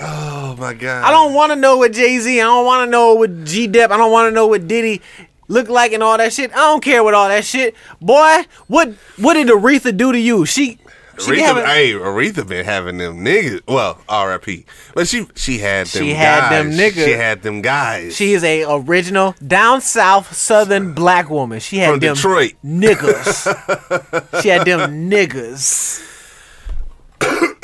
Oh my god. I don't want to know what Jay Z. I don't want to know what G Dep. I don't want to know what Diddy look like and all that shit. I don't care what all that shit, boy. What what did Aretha do to you? She she Aretha, having- hey, Aretha been having them niggas. Well, R.I.P. But she she had them. She had them guys. niggas. She had them guys. she is a original down south southern black woman. She had From them Detroit. niggas. she had them niggas.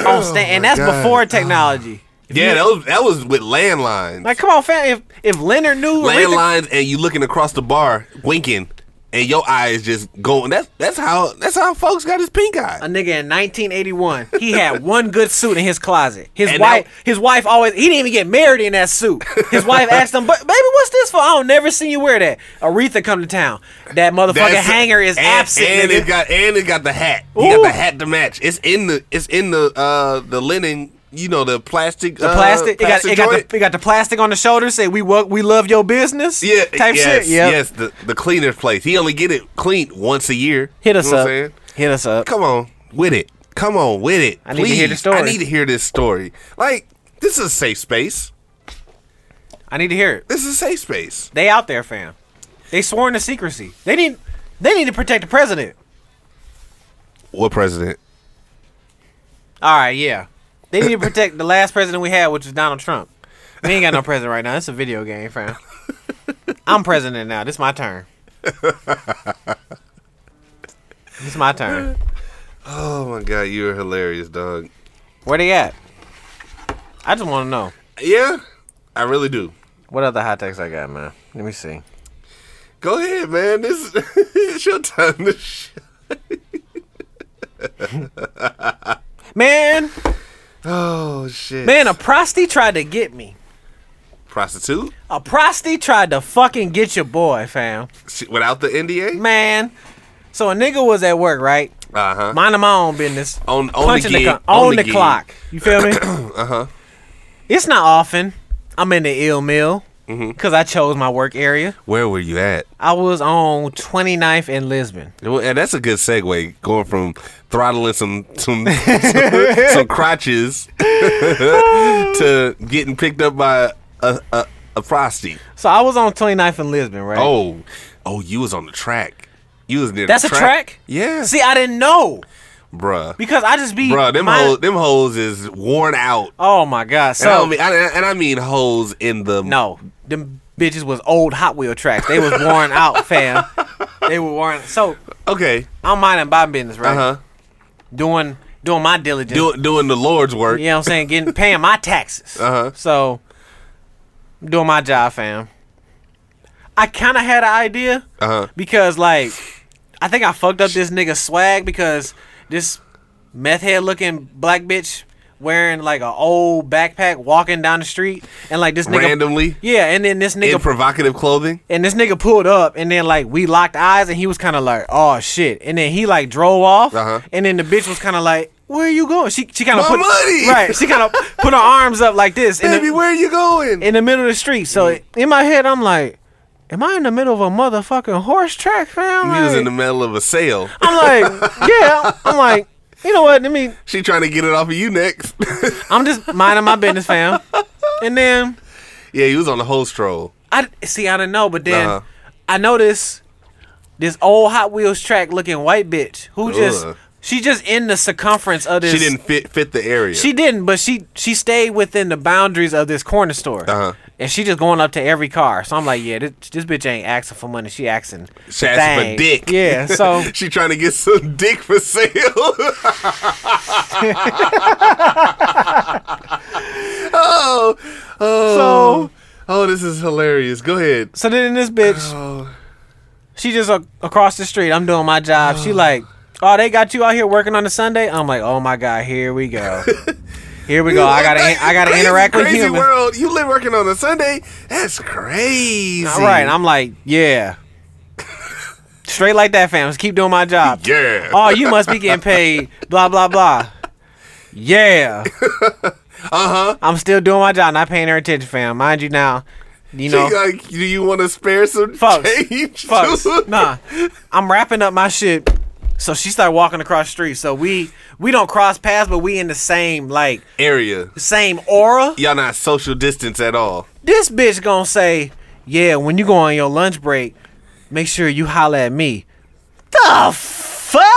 Oh, sta- and that's God. before technology. If yeah, you- that was that was with landlines. Like, come on, fam. If if Leonard knew, Aretha- landlines, and you looking across the bar, winking, and your eyes just going. That's that's how that's how folks got his pink a eye. nigga in 1981, he had one good suit in his closet. His And wife, that- his wife always, he didn't even get married in that suit. His wife asked him, "But baby, what's this for? I don't never seen you wear that." Aretha come to town. That motherfucking That's- hanger is and, absent. and nigga. it got and it got the hat. He Ooh. got the hat to match. It's in the it's in the uh the linen. You know the plastic. the plastic. Uh, plastic it got it got joint. the, it got the plastic on the shoulder. Say we wo- we love your business. Yeah, type yes, shit. Yeah, yes. The the cleaner place. He only get it cleaned once a year. hit us You know what up. I'm saying? Hit us up. Come on with it. Come on with it. I need to hear the Please. story. I need to hear this story. Like this is a safe space. I need to hear it. This is a safe space. They out there, fam. They sworn to secrecy. They need they need to protect the president. What president? All right, yeah. They need to protect the last president we had, which is Donald Trump. We ain't got no president right now. It's a video game, fam. I'm president now. This my turn. This my turn. Oh my god, you are hilarious, dog. Where they at? I just want to know Yeah, I really do. what other hot takes I got, man. Let me see. Go ahead, man. This is your time to sh- Man, Oh shit. man, a prosty tried to get me. prostitute A prosty tried to fucking get your boy, fam. She- without the NDA. Man, so a nigga was at work, right? Uh huh. Minding my own business. On on the punching the, gig. co- on, the, gig. Uh-huh. clock. You feel me? uh huh. It's not often I'm in the ill mill Mm-hmm. because I chose my work area. Where were you at? I was on 29th in Lisbon. Well, and that's a good segue. Going from throttling some some some, some crotches to getting picked up by a a, a prosty. So I was on 29th in Lisbon, right? Oh, oh, you was on the track. You was near. that's the a track. Yeah. See, I didn't know bruh. because I just be Oh. Bruh, them my- hoes, them hoes is worn out. Oh my god! And I So don't mean, I, and I mean hoes in the no, them bitches was old Hot Wheel tracks. They was worn out, fam. They were worn. So Okay, I'm minding my business, right? uh huh. Doing doing my diligence. Do, doing the Lord's work. You know what I'm saying? Getting paying my taxes. Uh-huh. So I'm doing my job, fam. I kind of had an idea Uh-huh. because, like, I think I fucked up this nigga's swag because this meth head looking black bitch wearing like an old backpack walking down the street and like this nigga Randomly? yeah, and then this nigga in provocative clothing. and this nigga pulled up, and then like we locked eyes, and he was kind of like, "Oh shit!" And then he like drove off, Uh-huh. and then the bitch was kind of like, "Where are you going?" She she kind of My put money! right. She kind of put her arms up like this in Baby, Mm-hmm. the, where you going? in the middle of the street. So in my head, I'm like, "Am I in the middle of a motherfucking horse track, fam?" you was Like, in the middle of a sale. I'm like, yeah. I'm like, you know what? Let me. She trying to get it off of you next. I'm just minding my business, fam. And then yeah, you was on the whole stroll. I see. I didn't know, but then Uh-huh. I noticed this old Hot Wheels track looking white bitch who just Ugh. she just in the circumference of this. She didn't fit fit the area. She didn't, but she she stayed within the boundaries of this corner store, Uh-huh. and she just going up to every car. So I'm like, yeah, this, this bitch ain't asking for money. She asking, She asked for things. dick. Yeah, so she trying to get some dick for sale. oh, oh, so Oh, this is hilarious. Go ahead. So then this bitch, Oh, she just a- across the street. I'm doing my job. She like, oh, they got you out here working on a Sunday. I'm like, oh my god, here we go. Here we go. I gotta, in- I gotta Crazy- interact with crazy humans. world. You live working on a Sunday. That's crazy. All right, I'm like, yeah. Straight like that, fam. Just keep doing my job. Yeah. Oh, you must be getting paid. Blah blah blah. Yeah. uh Uh-huh. huh. I'm still doing my job, not paying her attention, fam. Mind you now. You She know, like, do you want to spare some Folks, change? Fucks. dude? Nah, I'm wrapping up my shit. So she started walking across the street. So we we don't cross paths, but we in the same like Area. same aura. Y'all not social distance at all. This bitch gonna say, yeah, when you go on your lunch break, make sure you holla at me. The fuck,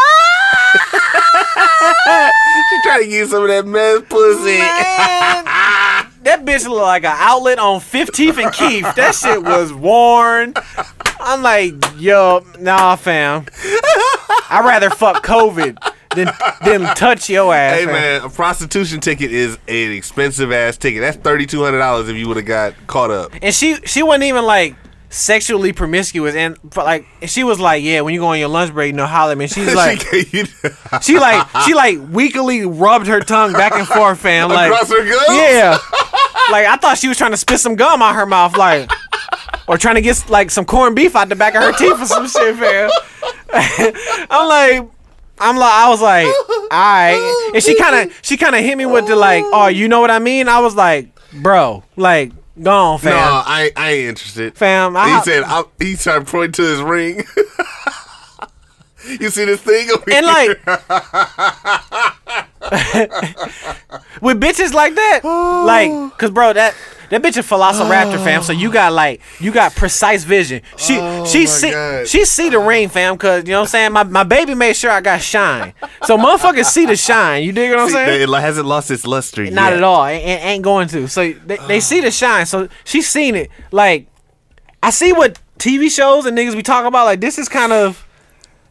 She trying to get some of that meth pussy. man? That bitch look like an outlet on 15th and Keith. That shit was worn. I'm like, yo, nah, fam. I'd rather fuck COVID than than touch your ass. Hey fam. man, a prostitution ticket is an expensive ass ticket. That's thirty two hundred dollars if you would have got caught up. and she she wasn't even like sexually promiscuous and but, like and she was like yeah when you go on your lunch break you know holler at me and she's like she gave you she like she like weakly rubbed her tongue back and forth fam like across her gums. yeah like i thought she was trying to spit some gum out her mouth like or trying to get like some corned beef out the back of her teeth or some shit fam i'm like I'm like I was like, all right, and she kind of she kind of hit me with the like, oh, you know what I mean? I was like, bro, like, gone, fam. No, I I ain't interested. Fam, I- he said I, he started pointing to his ring. you see this thing? Over And here? like with bitches like that, like, cause bro, that that bitch a Velociraptor fam. So you got like you got precise vision. She she Oh my see God. she see the ring fam, cause you know what I'm saying. My my baby made sure I got shine. So motherfuckers see the shine. You dig what I'm See, it saying? hasn't lost its luster yet. Not at all. It, it ain't going to. So they, they see the shine. So she's seen it. Like I see what TV shows and niggas we talk about. Like this is kind of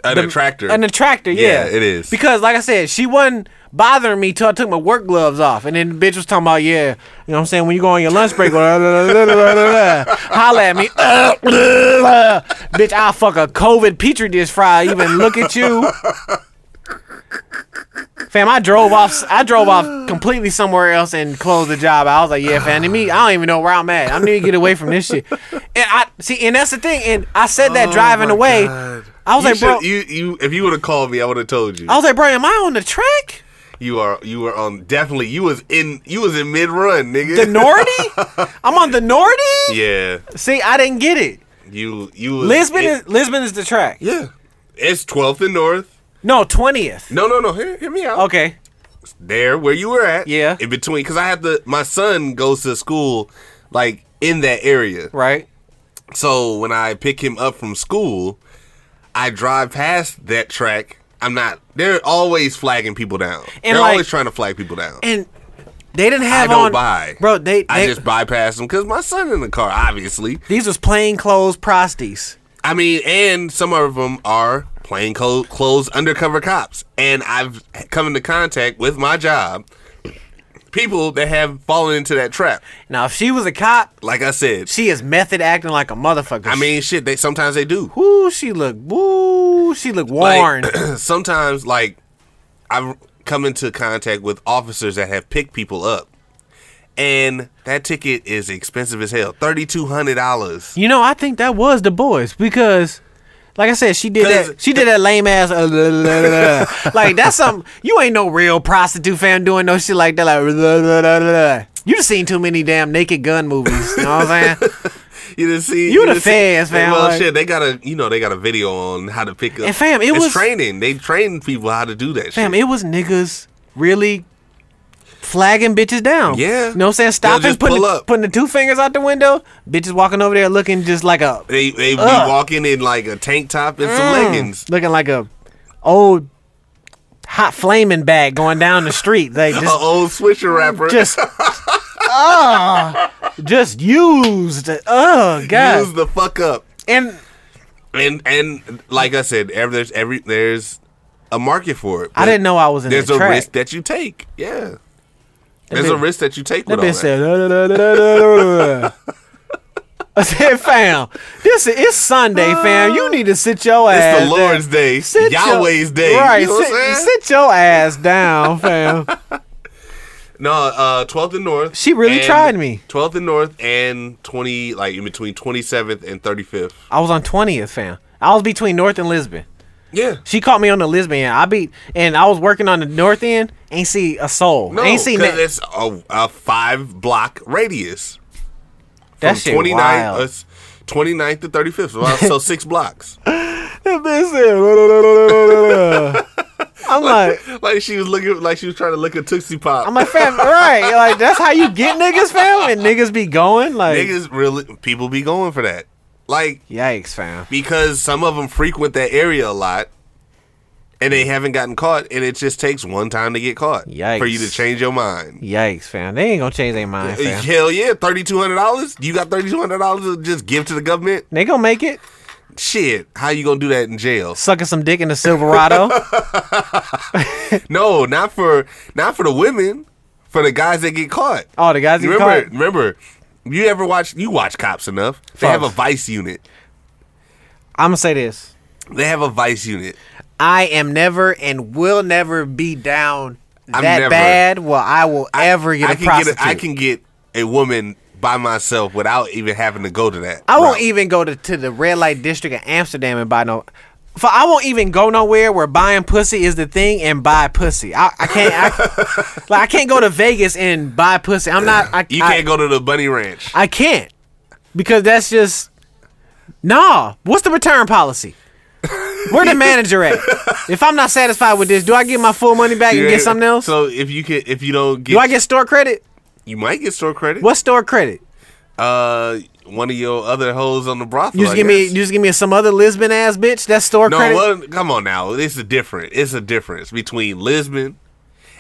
An attractor. an attractor, yeah. Yeah, it is. Because like I said, she wasn't bothering me till I took my work gloves off. And then the bitch was talking about, yeah, you know what I'm saying, when you go on your lunch break, blah, blah, blah, blah, blah, blah, holla at me. Uh, blah, blah. Bitch, I'll fuck a COVID Petri dish fry, even look at you. Fam, I drove off. I drove off completely somewhere else and closed the job. I was like, "Yeah, fam, to me, I don't even know where I'm at. I need to get away from this shit." And I see, and that's the thing. And I said that driving away. I was Oh You like, should- "Bro, Oh. you you if you would have called me, I would have told you. I was like, bro, am I on the track? You are you were on definitely you was in you was in mid run, nigga. The Nordy? I'm on the Nordy? yeah, See, I didn't get it. you you was Lisbon in- is Lisbon is the track. yeah. It's 12th and North. No, twentieth. No, no, no. Hear, hear me out. Okay. There, where you were at. Yeah. In between, because I have to. My son goes to school, like in that area. Right. So when I pick him up from school, I drive past that track. I'm not. They're always flagging people down. And, they're like- always trying to flag people down. And they didn't have I don't on buy. Bro, they, they I just bypass them because my son in the car, obviously. these was plain clothes prosties. I mean, and some of them are plain clo- clothes undercover cops. And I've come into contact with my job people that have fallen into that trap. Now if she was a cop, Like I said, she is method acting like a motherfucker. I mean, shit. They sometimes they do. Ooh, she look woo, she look worn. Like, sometimes, like I've come into contact with officers that have picked people up, and that ticket is expensive as hell thirty two hundred dollars. you know, I think that was the boys because like I said, she did 'Cause- that. She did that lame ass. uh, la, la, la, la. like that's something you ain't no real prostitute fan doing no shit like that. Like la, la, la, la, la. you just seen too many damn Naked Gun movies. You know what I'm saying? You didn't see. You the done seen- feds, man, Well, like- shit, they got a you know they got a video on how to pick up. And fam, it it's was- training. They train people how to do that. Damn, shit. it was niggas really flagging bitches down. Yeah. you know what I'm saying? They'll Stopping, just putting pull the, up. putting the two fingers out the window. Bitches walking over there looking just like a They they be Ugh. Mm. walking in like a tank top and some leggings. looking like a old hot flaming bag going down the street. They A just old swisher rapper. just ah, just used. Oh god. use the fuck up. and And and like I said, every, there's every there's a market for it. I didn't know I was in There's the a track. risk that you take. Yeah. There's a bitch- risk that you take That with all that. bitch said. "La, la, la, la, la, la, la, la." I said, fam, this is it's Sunday, fam. You need to sit your ass. It's the Lord's day, down. Sit your- Yahweh's day. Right. You know what I'm sit, saying? sit your ass down, fam. No, uh, 12th and North. She really and- tried me. 12th and North and 20, like in between 27th and 35th. I was on twentieth, fam. I was between North and Lisbon. Yeah. She caught me on the Lisbon end. I beat, and I was working on the North end. Ain't see a soul. No, ain't see 'cause that. it's a, a five block radius. That shit 29th, wild. uh, 29th to 35th. So, I- so six blocks. That bitch said, I'm like, Like she was looking, like she was trying to look at Tootsie Pop. I'm like, fam, right? Like that's how you get niggas, fam, and niggas be going like, Niggas really, people be going for that. Like, yikes, fam. because some of them frequent that area a lot and they haven't gotten caught and it just takes one time to get caught for you to Yikes. change your mind Uh, Yikes, fam. They ain't gonna change their mind, fam. hell yeah $3200 you got $3200 to just give to the government They gonna make it. shit how you gonna do that in jail Sucking some dick in the Silverado. no not for not for the women for the guys that get caught Oh, the guys get remember caught. remember you ever watch you watch cops enough they have a Fuck. vice unit I'm gonna say this. they have a vice unit I am never and will never be down I'm that never- bad. Well, I will ever get a I can get prostitute. a, I can get a woman by myself without even having to go to that I won't route. even go to, to the red light district of Amsterdam and buy no. For I won't even go nowhere where buying pussy is the thing and buy pussy. I, I can't. I, like I can't go to Vegas and buy pussy. I'm not. I, You I, can't go to the bunny ranch. I can't because that's just nah. What's the return policy? Where the manager at? If I'm not satisfied with this, do I get my full money back and get something else? So if you can, if you don't get, Do I get store credit? you might get store credit. What store credit? Uh, one of your other hoes on the brothel. You just I give me, guess. you just give me some other Lisbon ass bitch. That's store no, credit. well, come on now. It's a different. It's a difference between Lisbon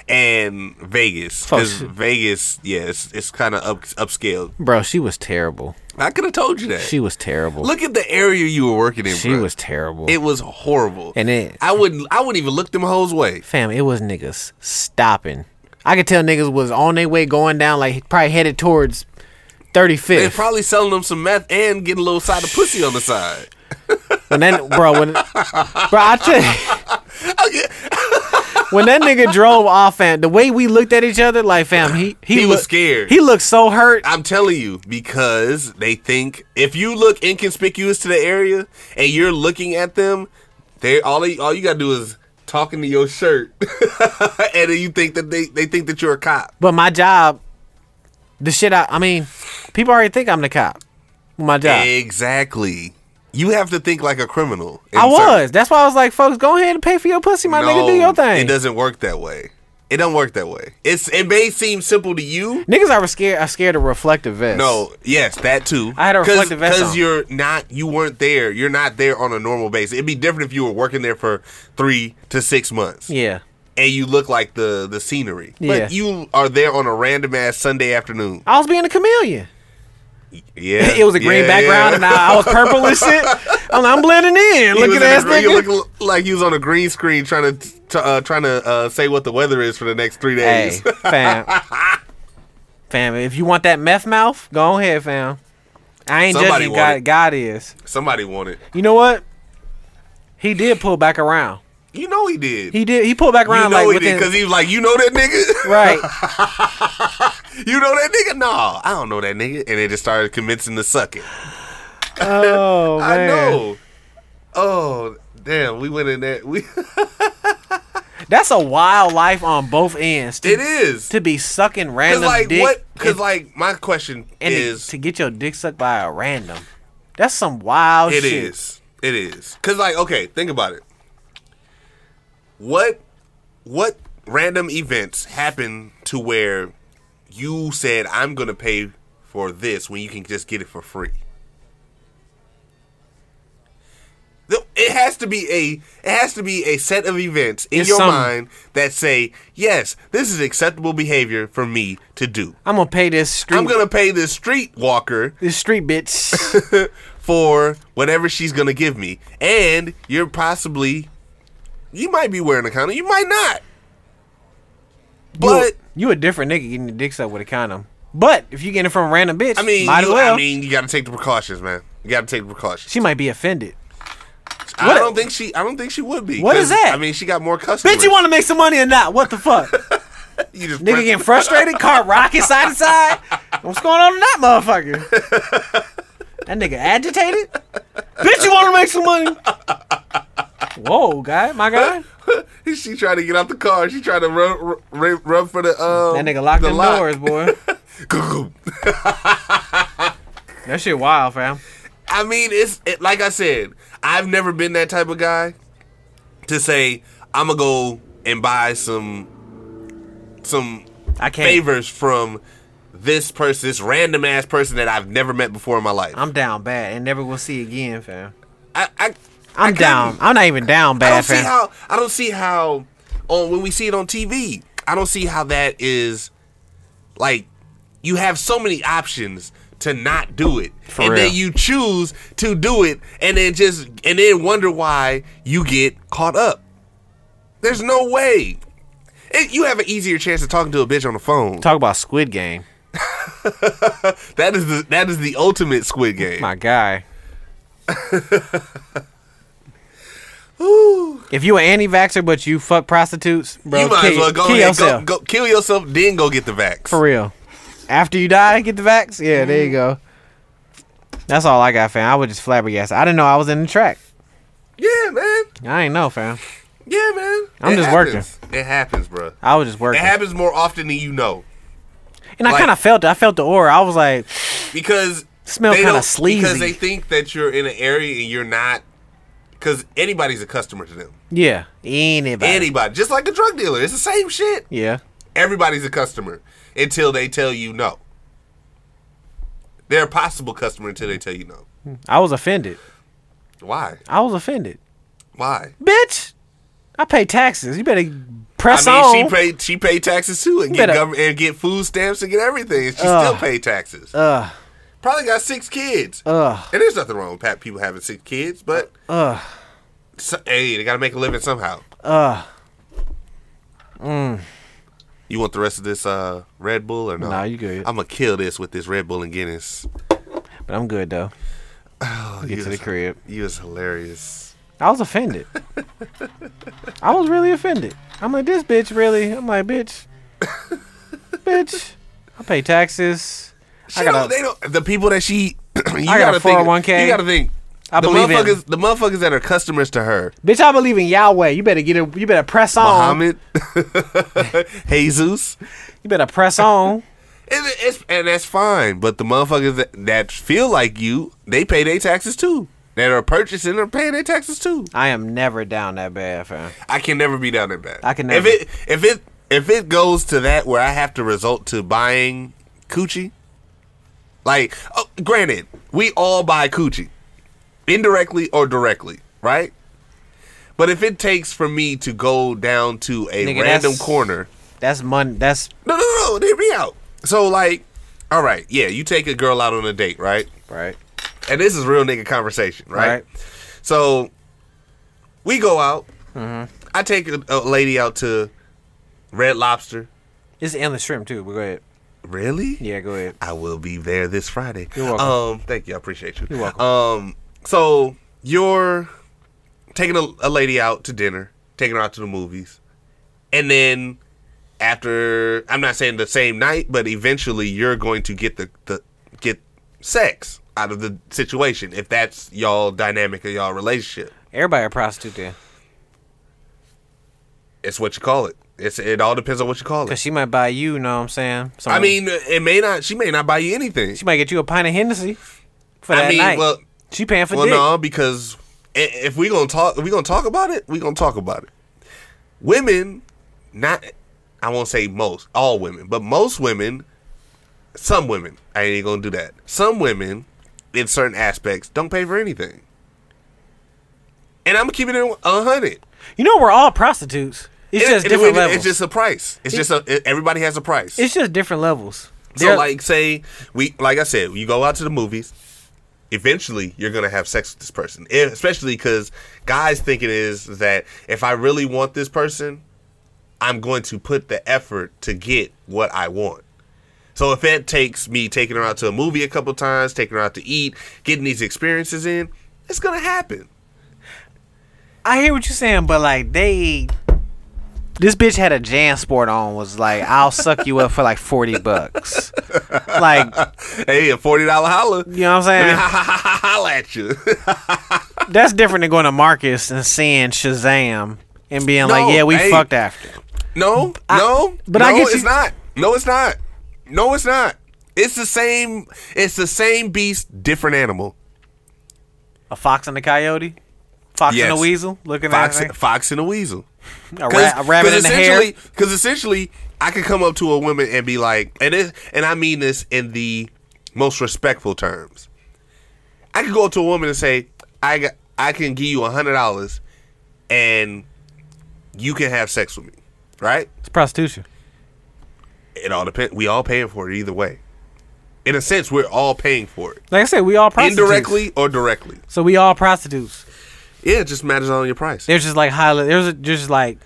and Vegas. Fuck. Because Vegas, yeah, it's, it's kind of up upscale. Bro, she was terrible. I could have told you that. She was terrible. Look at the area you were working in. she bruh. was terrible. It was horrible. And it- I wouldn't. I wouldn't even look them hoes way. Fam, it was niggas stopping. I could tell niggas was on their way going down, like probably headed towards 35th. They're probably selling them some meth and getting a little side of pussy on the side. when that, bro, when, bro, I tell you, when that nigga drove off, fam, the way we looked at each other, like, fam, he He he, was look- scared. He looked so hurt. I'm telling you because they think if you look inconspicuous to the area and you're looking at them, they all they, all you gotta do is talking to your shirt, and then you think that they they think that you're a cop. But my job, the shit I, I mean, people already think I'm the cop. My job. Exactly. You have to think like a criminal. in I certain- was. That's why I was like, folks, go ahead and pay for your pussy, my nigga. Do your thing. It doesn't work that way. It don't work that way. It's it may seem simple to you. Niggas are scared. Are scared of reflective vests. No, yes, that too. I had a reflective vest because on. you're not, you weren't there. You're not there on a normal basis. It'd be different if you were working there for three to six months, Yeah. and you look like the the scenery. Yeah. But you are there on a random ass Sunday afternoon. I was being a chameleon. Yeah, It was a green yeah, background, yeah. and I, I was purple and shit. I'm, like, I'm blending in. You Look was in at a that green- nigga. you look l- like you was on a green screen trying to t- t- uh, trying to uh, say what the weather is for the next three hey, days. fam, fam. If you want that meth mouth, go ahead, fam. I ain't Somebody judging. want God, it. God is. Somebody wanted. You know what? He did pull back around. You know he did. He did. He pulled back you know around like he within. did because he was like, you know that nigga. right. You know that nigga? Nah, I don't know that nigga. And they just started commencing to suck it. Oh man. I know. Oh, damn. We went in there. We, That's a wild life on both ends. To, it is. to be sucking Because, random like, dick. what? Because, and- like, my question and to- is to get your dick sucked by a random. That's some wild It Oh, shit. is. It is. Because, like, okay, think about it. What, what random events happen to where you said, I'm going to pay for this when you can just get it for free? The- It has to be a it has to be a set of events in It's your something. mind that say yes, this is acceptable behavior for me to do. I'm gonna pay this street I'm gonna pay this street walker this street bitch. for whatever she's gonna give me. And you're possibly, you might be wearing a condom, you might not. You a- But you a different nigga getting your dick sucked with a condom. But if you get it from a random bitch, I mean, might as you, well. I mean, you got to take the precautions, man. You got to take the precautions. she might be offended. I don't think she. I don't think she would be. What is 'cause, that? I mean, she got more customers. Bitch, you want to make some money or not? What the fuck? You just Nigga press- getting frustrated, car rocking side to side. What's going on in that motherfucker? That nigga agitated. Bitch, you want to make some money? Whoa, guy, my guy. She tried to get out the car. She tried to run, run, run for the. Um, That nigga locked the them lock. doors, boy. That shit wild, fam. I mean, it's it, like I said. I've never been that type of guy to say I'm gonna go and buy some some I can't. favors from this person, this random ass person that I've never met before in my life. I'm down bad and never will see again, fam. I, I I I'm couldn't. down. I'm not even down I bad, don't see fam. how I don't see how on when we see it on TV, I don't see how that is like you have so many options to not do it. and real. then you choose to do it and then just and then wonder why you get caught up. There's no way. It, you have an easier chance of talking to a bitch on the phone. Talk about Squid Game. That is the that is the ultimate squid game. My guy. if you an anti-vaxxer but you fuck prostitutes, bro, you might kill, as well go kill ahead, go, yourself go kill yourself, then go get the vax. for real. After you die, get the vax. Yeah, Mm. there you go. That's all I got, fam. I was just flabbergasted. I didn't know I was in the track. Yeah, man. I ain't know, fam. Yeah, man. I'm It just happens. It happens, bro. I was just working, It happens more often than you know and I like- kind of felt it. I felt the aura. I was like, because Smell they kinda don't- sleazy. Because they think that you're in an area and you're not. Because anybody's a customer to them. yeah, anybody. Anybody, just like a drug dealer, it's the same shit. yeah, Everybody's a customer until they tell you no. They're a possible customer until they tell you no. I was offended. Why? I was offended. Why? bitch. I pay taxes. You better press I mean, on. she paid she paid taxes too, and get better- government and get food stamps and get everything. And she still Ugh. paid taxes. Ugh. Probably got six kids. Ugh. And there's nothing wrong with pa- people having six kids, but Ugh. so- hey, they gotta make a living somehow. Mm. Ugh. You want the rest of this uh, Red Bull or no? Nah, you good. I'm gonna kill this with this Red Bull and Guinness. But I'm good though. Oh, you Get to the is- crib. You is hilarious. I was offended. I was really offended. I'm like, this bitch really. I'm like, bitch, bitch. I pay taxes. She don't, gotta- they don't, the people that she, you got gotta a think. 401k. You gotta think. I the believe in- motherfuckers, the motherfuckers that are customers to her, Bitch, I believe in Yahweh. You better get it. You better press on. Muhammad, Jesus, You better press on. and, it's, and that's fine. But the motherfuckers that, that feel like you, they pay their taxes too. That are purchasing, are paying their taxes too. I am never down that bad, fam. I can never be down that bad. I can If never. it if it if it goes to that where I have to resort to buying coochie, like oh, granted, we all buy coochie, indirectly or directly, right? But if it takes for me to go down to a Nigga, random that's- corner, That's money. That's no, no, no, they me out. So like, all right, yeah, you take a girl out on a date, right? right. and this is real nigga conversation, right? Right. So we go out. Mm-hmm. I take a, a lady out to Red Lobster. It's endless shrimp too. But go ahead. Really? Yeah, go ahead. I will be there this Friday. You're welcome. Um, thank you. I appreciate you. You're welcome. Um, so you're taking a, a lady out to dinner, taking her out to the movies, and then after I'm not saying the same night, but eventually you're going to get the, the get sex out of the situation if that's y'all dynamic or y'all relationship. Everybody a prostitute then, It's what you call it. It's it all depends on what you call cause it. she might buy you. you Know what I'm saying? I Some- mean, it may not. She may not buy you anything. She might get you a pint of Hennessy for I that mean, night. well- she paying for Well, dick. no, because i- if we gonna talk, if we gonna talk about it. We gonna talk about it. Women, not I won't say most, all women, but most women, some women, I ain't gonna do that. Some women, in certain aspects, don't pay for anything. And I'm keeping it a hundred. You know we're all prostitutes. It's It- just it- different it- levels. It's just a price. It's just a. it- everybody has a price. different levels. So They're- like say we like I said, you go out to the movies. Eventually, you're gonna have sex with this person, Eh, especially because guys think it is that if I really want this person, I'm going to put the effort to get what I want. So if that takes me taking her out to a movie a couple times, taking her out to eat, getting these experiences in, it's gonna happen. I hear what you're saying, but like they, this bitch had a JanSport on. Was like, I'll suck you up for like forty bucks. Like, Hey, a forty dollar holla. you know what I'm I mean, saying? ha ha ha ha holla at you. That's different than going to Marcus and seeing Shazam and being No, like, yeah, we hey. fucked after. No, no, but no, I get it's you- not. No, it's not. No, it's not. It's the same. It's the same beast, different animal. A fox and a coyote, fox and Yes. a weasel, looking Fox, at fox and a weasel. a, a, ra- a rabbit and a hare. Because essentially, I could come up to a woman and be like, and it, and I mean this in the most respectful terms. I could go up to a woman and say, I got, I can give you a hundred dollars, and you can have sex with me, right? It's prostitution. It all depends. We all paying for it either way. In a sense, we're all paying for it, Like I said, we all prostitutes. indirectly or directly. So we all prostitutes. Yeah, it just matters on your price. There's just like highly. There's just like.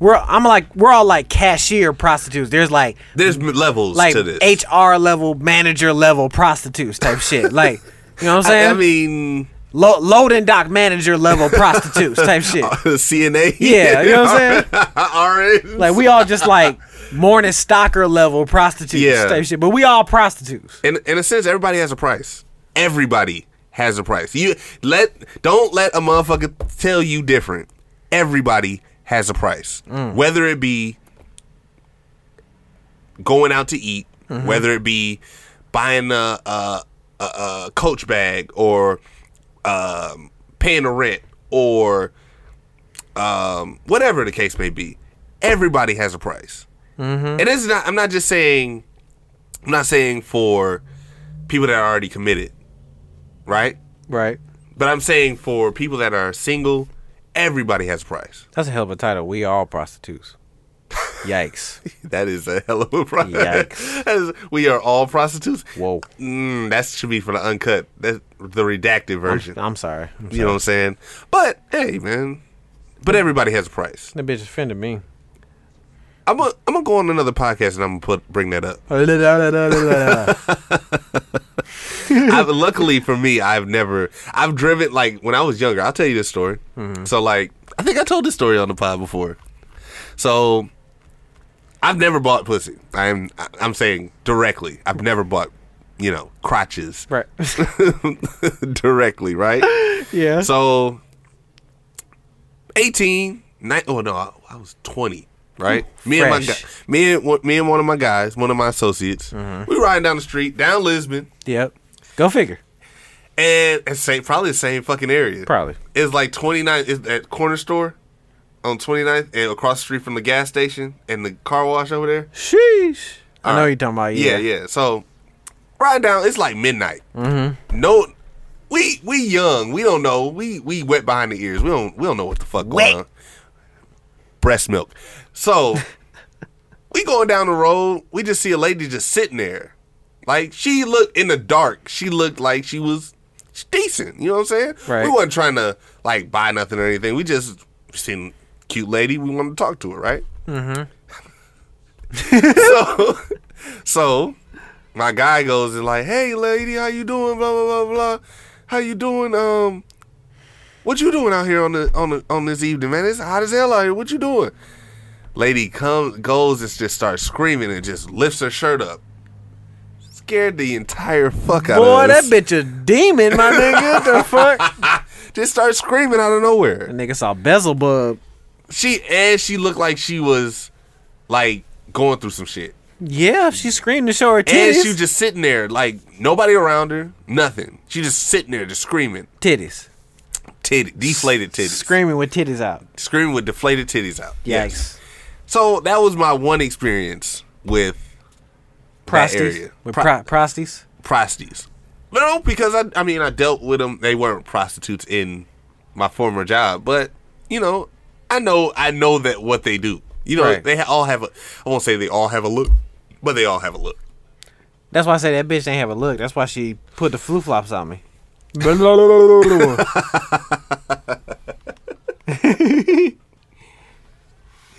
We're, I'm like we're all like cashier prostitutes. There's like There's m- levels like to this. HR level, manager level prostitutes type shit. Like, you know what I'm I, saying? I mean, Lo- load and dock manager level prostitutes type shit. CNA. Yeah, you know what I'm saying? RNs. Like, we all just like morning stalker level prostitutes Yeah. type shit, but we all prostitutes. in in a sense, everybody has a price. Everybody has a price. You let don't let a motherfucker tell you different. Everybody has a price, whether it be going out to eat, whether it be buying a a, a, a coach bag or um, paying the rent or um, whatever the case may be. Everybody has a price, and it's not. I'm not just saying I'm not saying for people that are already committed, right? Right. But I'm saying for people that are single, everybody has a price. That's a hell of a title. We all prostitutes. Yikes. That is a hell of a price. Yikes. That is- we are all prostitutes. Whoa. Mm, that should be for the uncut, that the redacted version. I'm sorry. I'm you know what I'm saying? But hey, man. But everybody has a price. sorry. That bitch offended me. I'm gonna I'm gonna go on another podcast and I'm gonna put bring that up. I've, luckily for me, I've never I've driven like when I was younger. I'll tell you this story. Mm-hmm. So like I think I told this story on the pod before. So I've never bought pussy. I'm I- I'm saying directly. I've never bought you know crotches right. directly. Right. yeah. So 18, ni- oh no, I, I was 20, right? me and my guy, fresh. me and one- me and one of my guys, one of my associates, Mm-hmm. we riding down the street down Lisbon Yep. Go figure. and it's same, probably the same fucking area. Probably. It's like 29 is that corner store on 29th and across the street from the gas station and the car wash over there. Sheesh. I know Alright. you're talking about Yeah, yeah. So right down, it's like midnight. Mm-hmm. No, we we young. We don't know. We we wet behind the ears. We don't we don't know what the fuck going on. Breast milk. So we going down the road. We just see a lady just sitting there. Like she looked in the dark. She looked like she was decent. You know what I'm saying? Right. We wasn't trying to like buy nothing or anything. We just seen cute lady. We wanted to talk to her. Right. so, so my guy goes and like, hey lady, how you doing? Blah blah blah blah. How you doing? Um, what you doing out here on the on the on this evening, man? It's hot as hell out here. What you doing? Lady comes goes and just starts screaming and just lifts her shirt up. Scared the entire fuck out Boy, of that us. bitch a demon, my nigga. What the fuck? Just starts screaming out of nowhere. That nigga saw Bezelbub. She and she looked like she was like going through some shit. Yeah, she screamed to show her And titties. she was just sitting there, like nobody around her, nothing. She just sitting there, just screaming, titties. titty, deflated titties, Screaming with titties out. screaming with deflated titties out. Yikes. So that was my one experience with that Prosties. area. With Pro- pro- prosties. prosties. No, because I, I mean, I dealt with them. They weren't prostitutes in my former job, but you know, I know, I know that what they do. You know, Right. they ha- all have a. I won't say they all have a look, but they all have a look. That's why I say that bitch ain't have a look. That's why she put the flu flops on me.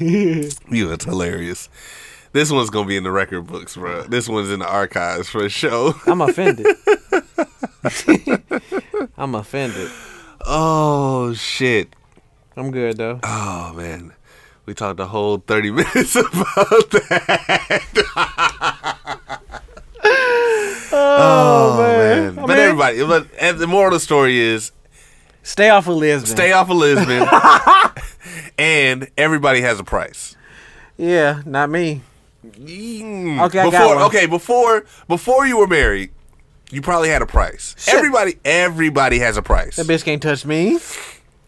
You, that's hilarious. This one's gonna be in the record books, bro. This one's in the archives for sure. I'm offended. I'm offended. Oh shit. I'm good though. Oh man. We talked a whole 30 minutes about that. Oh, Man. But everybody, but and the moral of the story is stay off of Lisbon. stay off of Lisbon. and everybody has a price. Yeah, not me. Mm. Okay, I got before, one. Okay, before before you were married, you probably had a price. Everybody everybody has a price. That bitch can't touch me.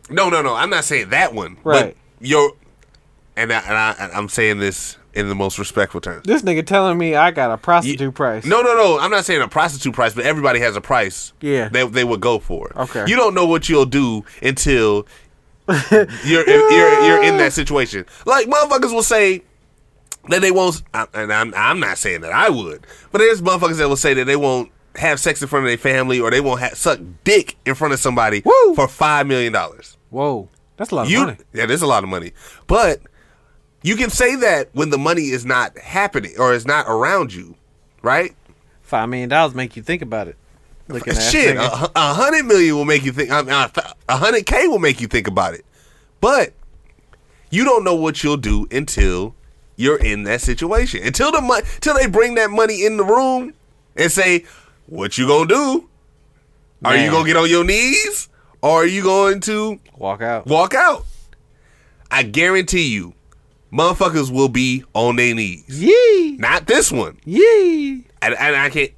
No, no, no. I'm not saying that one. Right. But your and I, and I and I'm saying this in the most respectful terms. This nigga telling me I got a prostitute price. No, no, no. I'm not saying a prostitute price, but everybody has a price. Yeah. They they would go for. Okay. You don't know what you'll do until you're you're you're in that situation. Like motherfuckers will say that they won't, I- and I'm I'm not saying that I would, but there's motherfuckers that will say that they won't have sex in front of their family or they won't ha- suck dick in front of somebody Woo. for five million dollars. Whoa, that's a lot of You money. yeah, there's a lot of money, but you can say that when the money is not happening or is not around you, right? Five million dollars make you think about it. Looking at Shit, uh, nigga. a, hu- a hundred million will make you think. I mean, a th- a hundred k will make you think about it, but you don't know what you'll do until you're in that situation. Until the money, till they bring that money in the room and say, "What you gonna do? Are you Man. gonna get on your knees, or are you going to walk out. walk out?" I guarantee you, motherfuckers will be on their knees. Yee, Not this one yee. and, and I can't.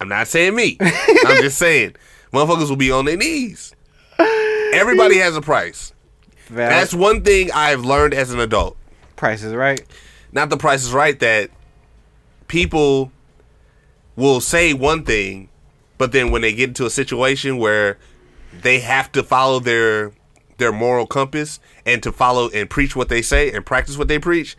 I'm not saying me. I'm just saying motherfuckers will be on their knees. Everybody has a price. Valid. That's one thing I've learned as an adult. prices, right? Not the price is right that people will say one thing, but then when they get into a situation where they have to follow their their moral compass and to follow and preach what they say and practice what they preach,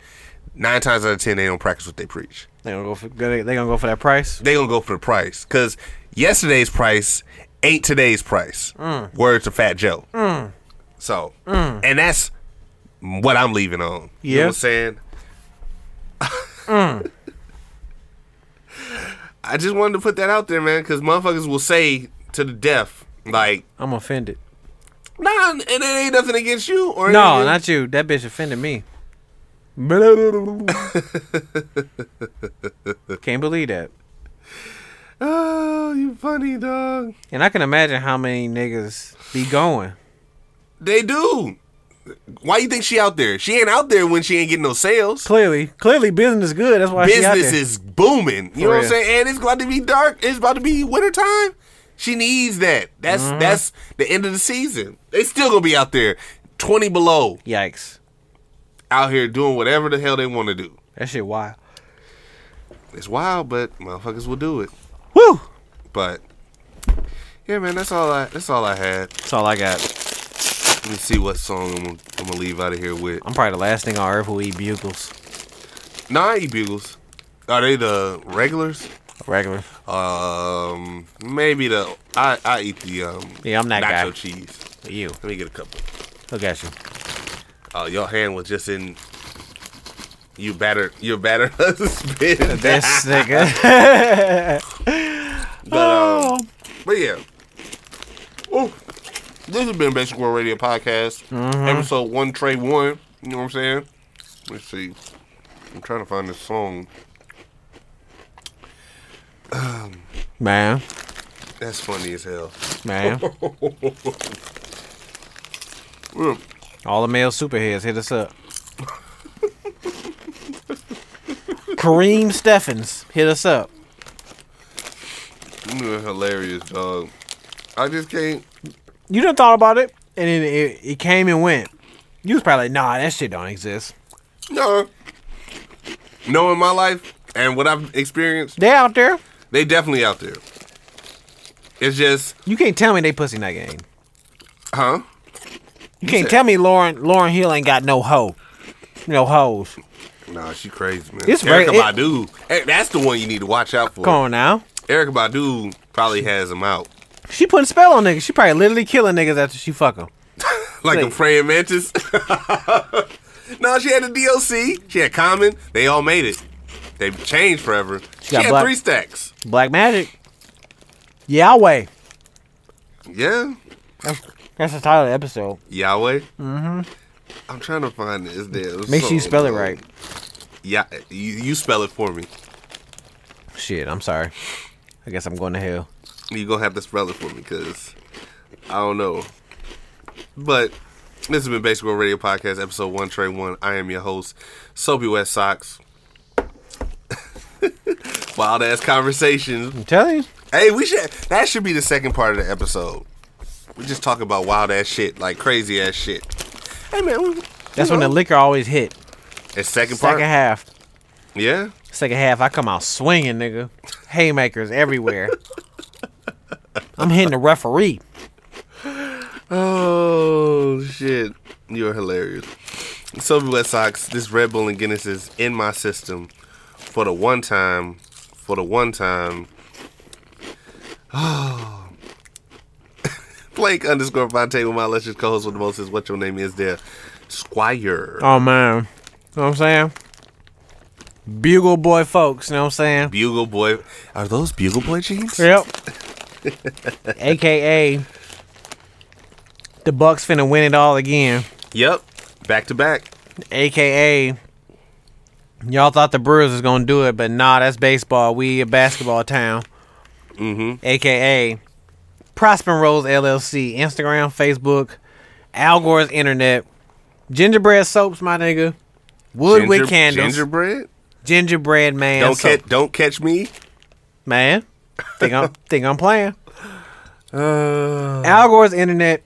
nine times out of ten they don't practice what they preach. They gonna go for they they gonna go for that price. they gonna go for the price because yesterday's price ain't today's price. Mm. Words Word to Fat Joe. So, and that's what I'm leaving on. You know Yeah. Mm. what I'm saying? I just wanted to put that out there, man, because motherfuckers will say to the deaf, like, I'm offended. nah, and it ain't nothing against you. or No, anything. not you. That bitch offended me. Can't believe that. Oh, you funny, dog. And I can imagine how many niggas be going. They do. Why you think she out there? She ain't out there when she ain't getting no sales. Clearly, clearly business is good. That's why she out business there. is booming. You know what I'm real. saying? And it's about to be dark. It's about to be wintertime. She needs that. That's Mm-hmm. that's the end of the season. They still gonna be out there, twenty below, Yikes! out here doing whatever the hell they want to do. That shit wild. It's wild, but motherfuckers will do it. Woo! But yeah, man, that's all I that's all I had. That's all I got. Let me see what song I'm gonna, I'm gonna leave out of here with. I'm probably the last thing on earth who eat bugles. Nah, I eat bugles. Are they the regulars? Regular. Um, maybe the I I eat the um Yeah, I'm that nacho guy. cheese. You. Let me get a couple. Oh, Look at you. Oh, your hand was just in. You battered, your battered husband. This nigga. but, um, but yeah. Ooh, this has been Basic World Radio Podcast, episode one, Trey one. You know what I'm saying? Let's see. I'm trying to find this song. Man, That's funny as hell. man. Ooh, All the male superheads hit us up. Kareem Steffens hit us up. you are hilarious, dog. I just can't. You done thought about it, and then it, it came and went. You was probably like, nah, that shit don't exist. No. Knowing my life and what I've experienced, They out there. they definitely out there. It's just, You can't tell me they pussy in that game. huh? You can't said- tell me Lauren Lauren Hill ain't got no hoe, no hoes. Nah, she crazy, man. It's Erica right- it- Badu. Eh, That's the one you need to watch out for. Come on now. Erica Badu probably has him out. She putting spell on niggas. She probably literally killing niggas after she fuck them. Like a Wait. praying mantis. No, she had the DLC. She had Common. They all made it. They changed forever. She, got had black- three stacks. Black Magic. Yahweh. Yeah. That's the title of the episode. Yahweh. Mm-hmm. I'm trying to find this. There. Make sure you spell it right. Yeah, you, you spell it for me. Shit, I'm sorry. I guess I'm going to hell. you gonna have to spell it for me because I don't know. But this has been Basic World Radio Podcast, episode one, Trey One. I am your host, Soapy West Sox. Wild ass conversations. I'm telling you. Hey, we should that should be the second part of the episode. We just talk about wild ass shit, like crazy ass shit. Hey man, we- That's you when the know, liquor always hit. it's second part. Second half. Yeah, Second half, I come out swinging, nigga. Haymakers everywhere. I'm hitting the referee. Oh shit! You're hilarious. Sophie West Sox, this Red Bull and Guinness is in my system for the one time. For the one time. Oh. Blake underscore Fontaine with my illustrious co-host with the most is what your name is there. Squire. Oh man. Know what I'm saying? Bugle boy folks, know what I'm saying? Bugle Boy. Are those Bugle Boy jeans? Yep. AKA the Bucks finna win it all again. Yep. Back to back. AKA y'all thought the Brewers was gonna do it, but nah, that's baseball. We a basketball town. Mm-hmm. AKA Prosper Rose LLC, Instagram, Facebook, Al Gore's Internet, Gingerbread Soaps, my nigga, Woodwick Ginger- Candles, Gingerbread. Gingerbread Man, Don't soap. catch. Don't catch me. man. Think I'm think I'm playing. Al Gore's internet,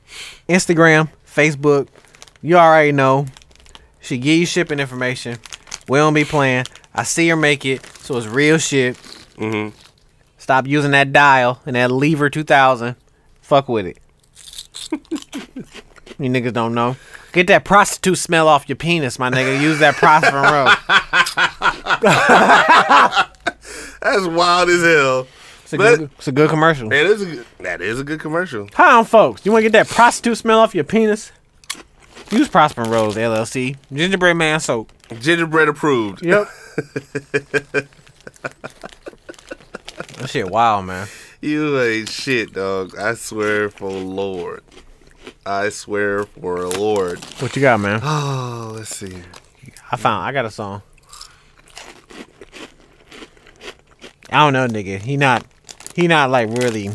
Instagram, Facebook. You already know. She give you shipping information. We don't be playing. I see her make it, so it's real shit. Mm-hmm. Stop using that dial and that lever 2000. Fuck with it. you niggas don't know. Get that prostitute smell off your penis, my nigga. Use that Prosper Row. That's wild as hell. It's a, But- good, it's a good commercial. That is a good, that is a good commercial. Hi, on, folks. You want to get that prostitute smell off your penis? Use Prosper and Rose LLC gingerbread man soap. Gingerbread approved. Yep. that shit, wild man. You ain't shit, dog. I swear for Lord. I swear for Lord. What you got, man? Oh, let's see. I found. I got a song. I don't know, nigga. He not. He not like really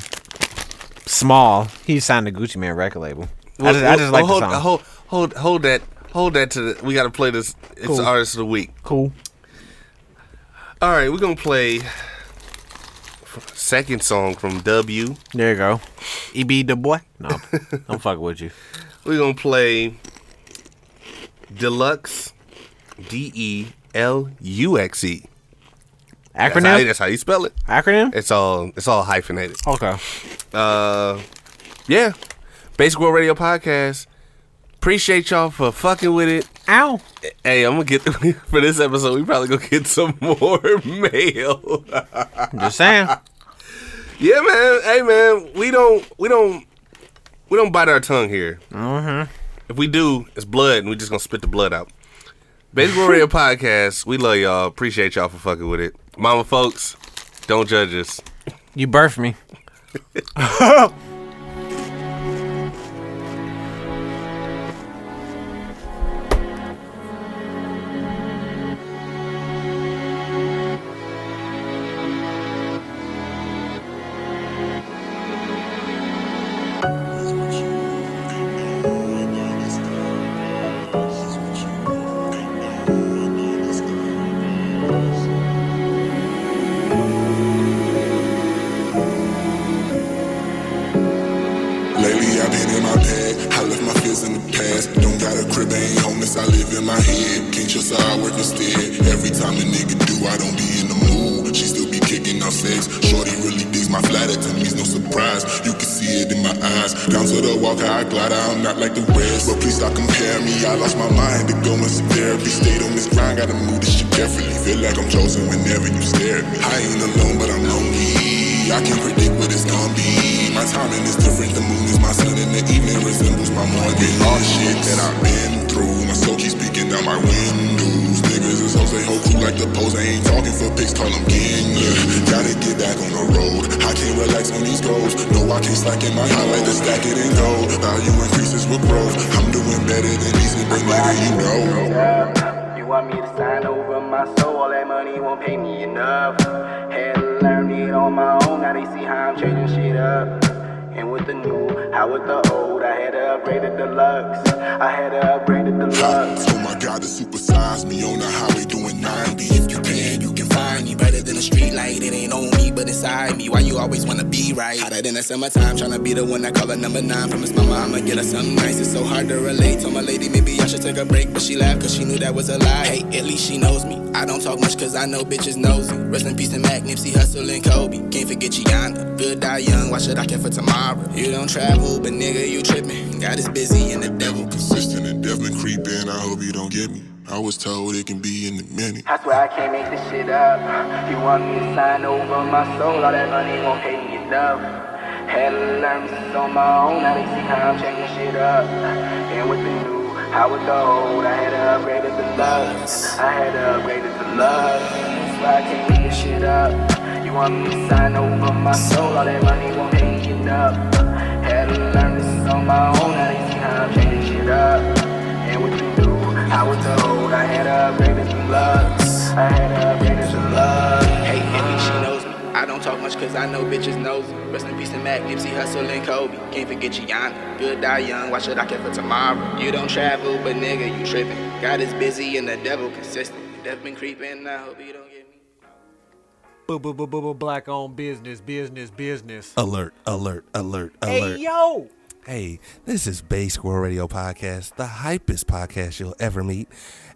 small. He signed the Gucci Man record label. I just, I just like hold, the song. Hold, hold, hold that. Hold that to the. We gotta play this. It's Cool. the artist of the week. cool. All right, we're gonna play f- second song from W. There you go. E E.B. Du Bois. No, I'm fucking with you. We're gonna play Deluxe, D E L U X E. That's how, Acronym. that's how you spell it. Acronym. It's all. It's all hyphenated. Okay. uh yeah basic world radio podcast appreciate y'all for fucking with it Ow. hey i'm gonna get for this episode we probably gonna get some more mail Just saying. yeah man hey man we don't we don't we don't bite our tongue here mm-hmm. if we do it's blood and we just gonna spit the blood out basic world radio podcast we love y'all appreciate y'all for fucking with it mama folks don't judge us You birthed me. Lately I've been in my bag, I left my fears in the past. Don't got a crib, I ain't homeless, I live in my head. Can't trust her, I work instead. Every time a nigga do, I don't be in the mood. She still be kicking off sex. Shorty really digs my fly, that to me's no surprise. You can see it in my eyes. Down to the walk, how I glide, I'm not like the rest. But please stop comparing me, I lost my mind to go into therapy. Stayed on this grind, gotta move this shit carefully. Feel like I'm chosen whenever you stare at me. I ain't alone, but I'm lonely. I can't predict what it's gonna be. My timing is different. The moon is my sun, and the evening resembles my morning. All the shit that I've been through, my soul keeps speaking out my window. like the pose. I ain't talking for pics, call them king. Yeah. Gotta get back on the road. I can't relax on these goals. No, I can't slack in my highlight. The stack it and go. Value increases with growth. I'm doing better than these niggas, nigga. You know. You want me to sign over my soul? All that money won't pay me enough. Had to learn it on my own. Now they see how I'm changing shit up. And with the new, how with the old, I had to upgrade the deluxe. I had to upgrade the deluxe. Oh my god, the supersize me on the highway doing 90. If you can, you can find me better than a street light. It ain't on me, but inside me. Why you always wanna be right? Hotter than the summertime, tryna be the one I call a number nine. Promise mama I'ma get her something nice. It's so hard to relate. Told my lady maybe I should take a break, but she laughed cause she knew that was a lie. Hey, at least she knows me. I don't talk much cause I know bitches nosy. Rest in peace to Mac, Nipsey, Hustle, and Kobe. Can't forget Gianna. Good die young, why should I care for tomorrow? You don't travel, but nigga, you trippin'. God is busy and the devil consistent and definitely creeping. I hope you don't get me. I was told it can be in a minute. I swear I can't make this shit up. You want me to sign over my soul? All that money won't pay me enough. Had to learn this on my own. Now they see how I'm changing shit up. And with the new, how with the old, I had to upgrade it to love. I had to upgrade it to love. That's why I can't make this shit up. You want me to sign over my soul? All that money won't pay me enough. Had to learn this on my own. Now they see how I'm changing shit up. And with the new, I was told I had upgraded some looks. I had upgraded some looks. Hey, at least she knows me. I don't talk much cause I know bitches knows me. Rest in peace to Mac, Nipsey, Hustle, and Kobe. Can't forget Gianna. Good die young, why should I care for tomorrow? You don't travel, but nigga, you trippin'. God is busy and the devil consistent. Death been creeping, I hope you don't get me. Boo boo boo boo boo. Black on business, business, business. Alert, alert, alert, alert. Hey yo. Hey, this is Bay Squirrel Radio Podcast, the hypest podcast you'll ever meet.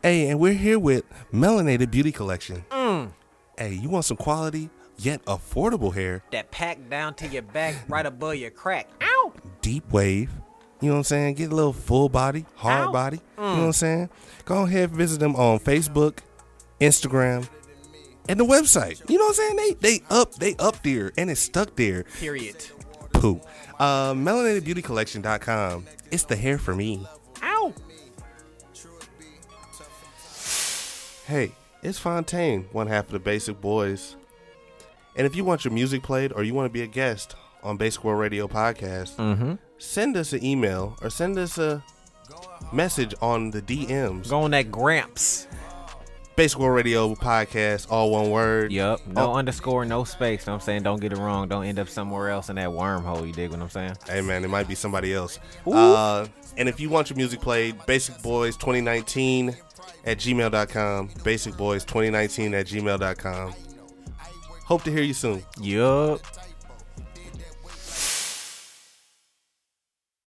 Hey, and we're here with Melanated Beauty Collection. Mm. Hey, you want some quality yet affordable hair? That pack down to your back, right above your crack. Ow. Deep wave. You know what I'm saying? Get a little full body, hard Ow. Mm. body. You know what I'm saying? Go ahead and visit them on Facebook, Instagram, and the website. You know what I'm saying? They they up they up there and it's stuck there. Period. Poo. Uh, MelanatedBeautyCollection.com. It's the hair for me. Ow. Hey, it's Fontaine, one half of the Basic Boys. And if you want your music played or you want to be a guest on Basic World Radio Podcast, send us an email or send us a message on the DMs. Go on that Gramps. Basic World Radio Podcast, all one word. Yup. No Oh, underscore, no space. Know what I'm saying? Don't get it wrong. Don't end up somewhere else in that wormhole. You dig what I'm saying? hey, man, it might be somebody else. Uh, and if you want your music played, Basic Boys 2019 at gmail.com. Basic Boys 2019 at gmail.com. Hope to hear you soon. Yup.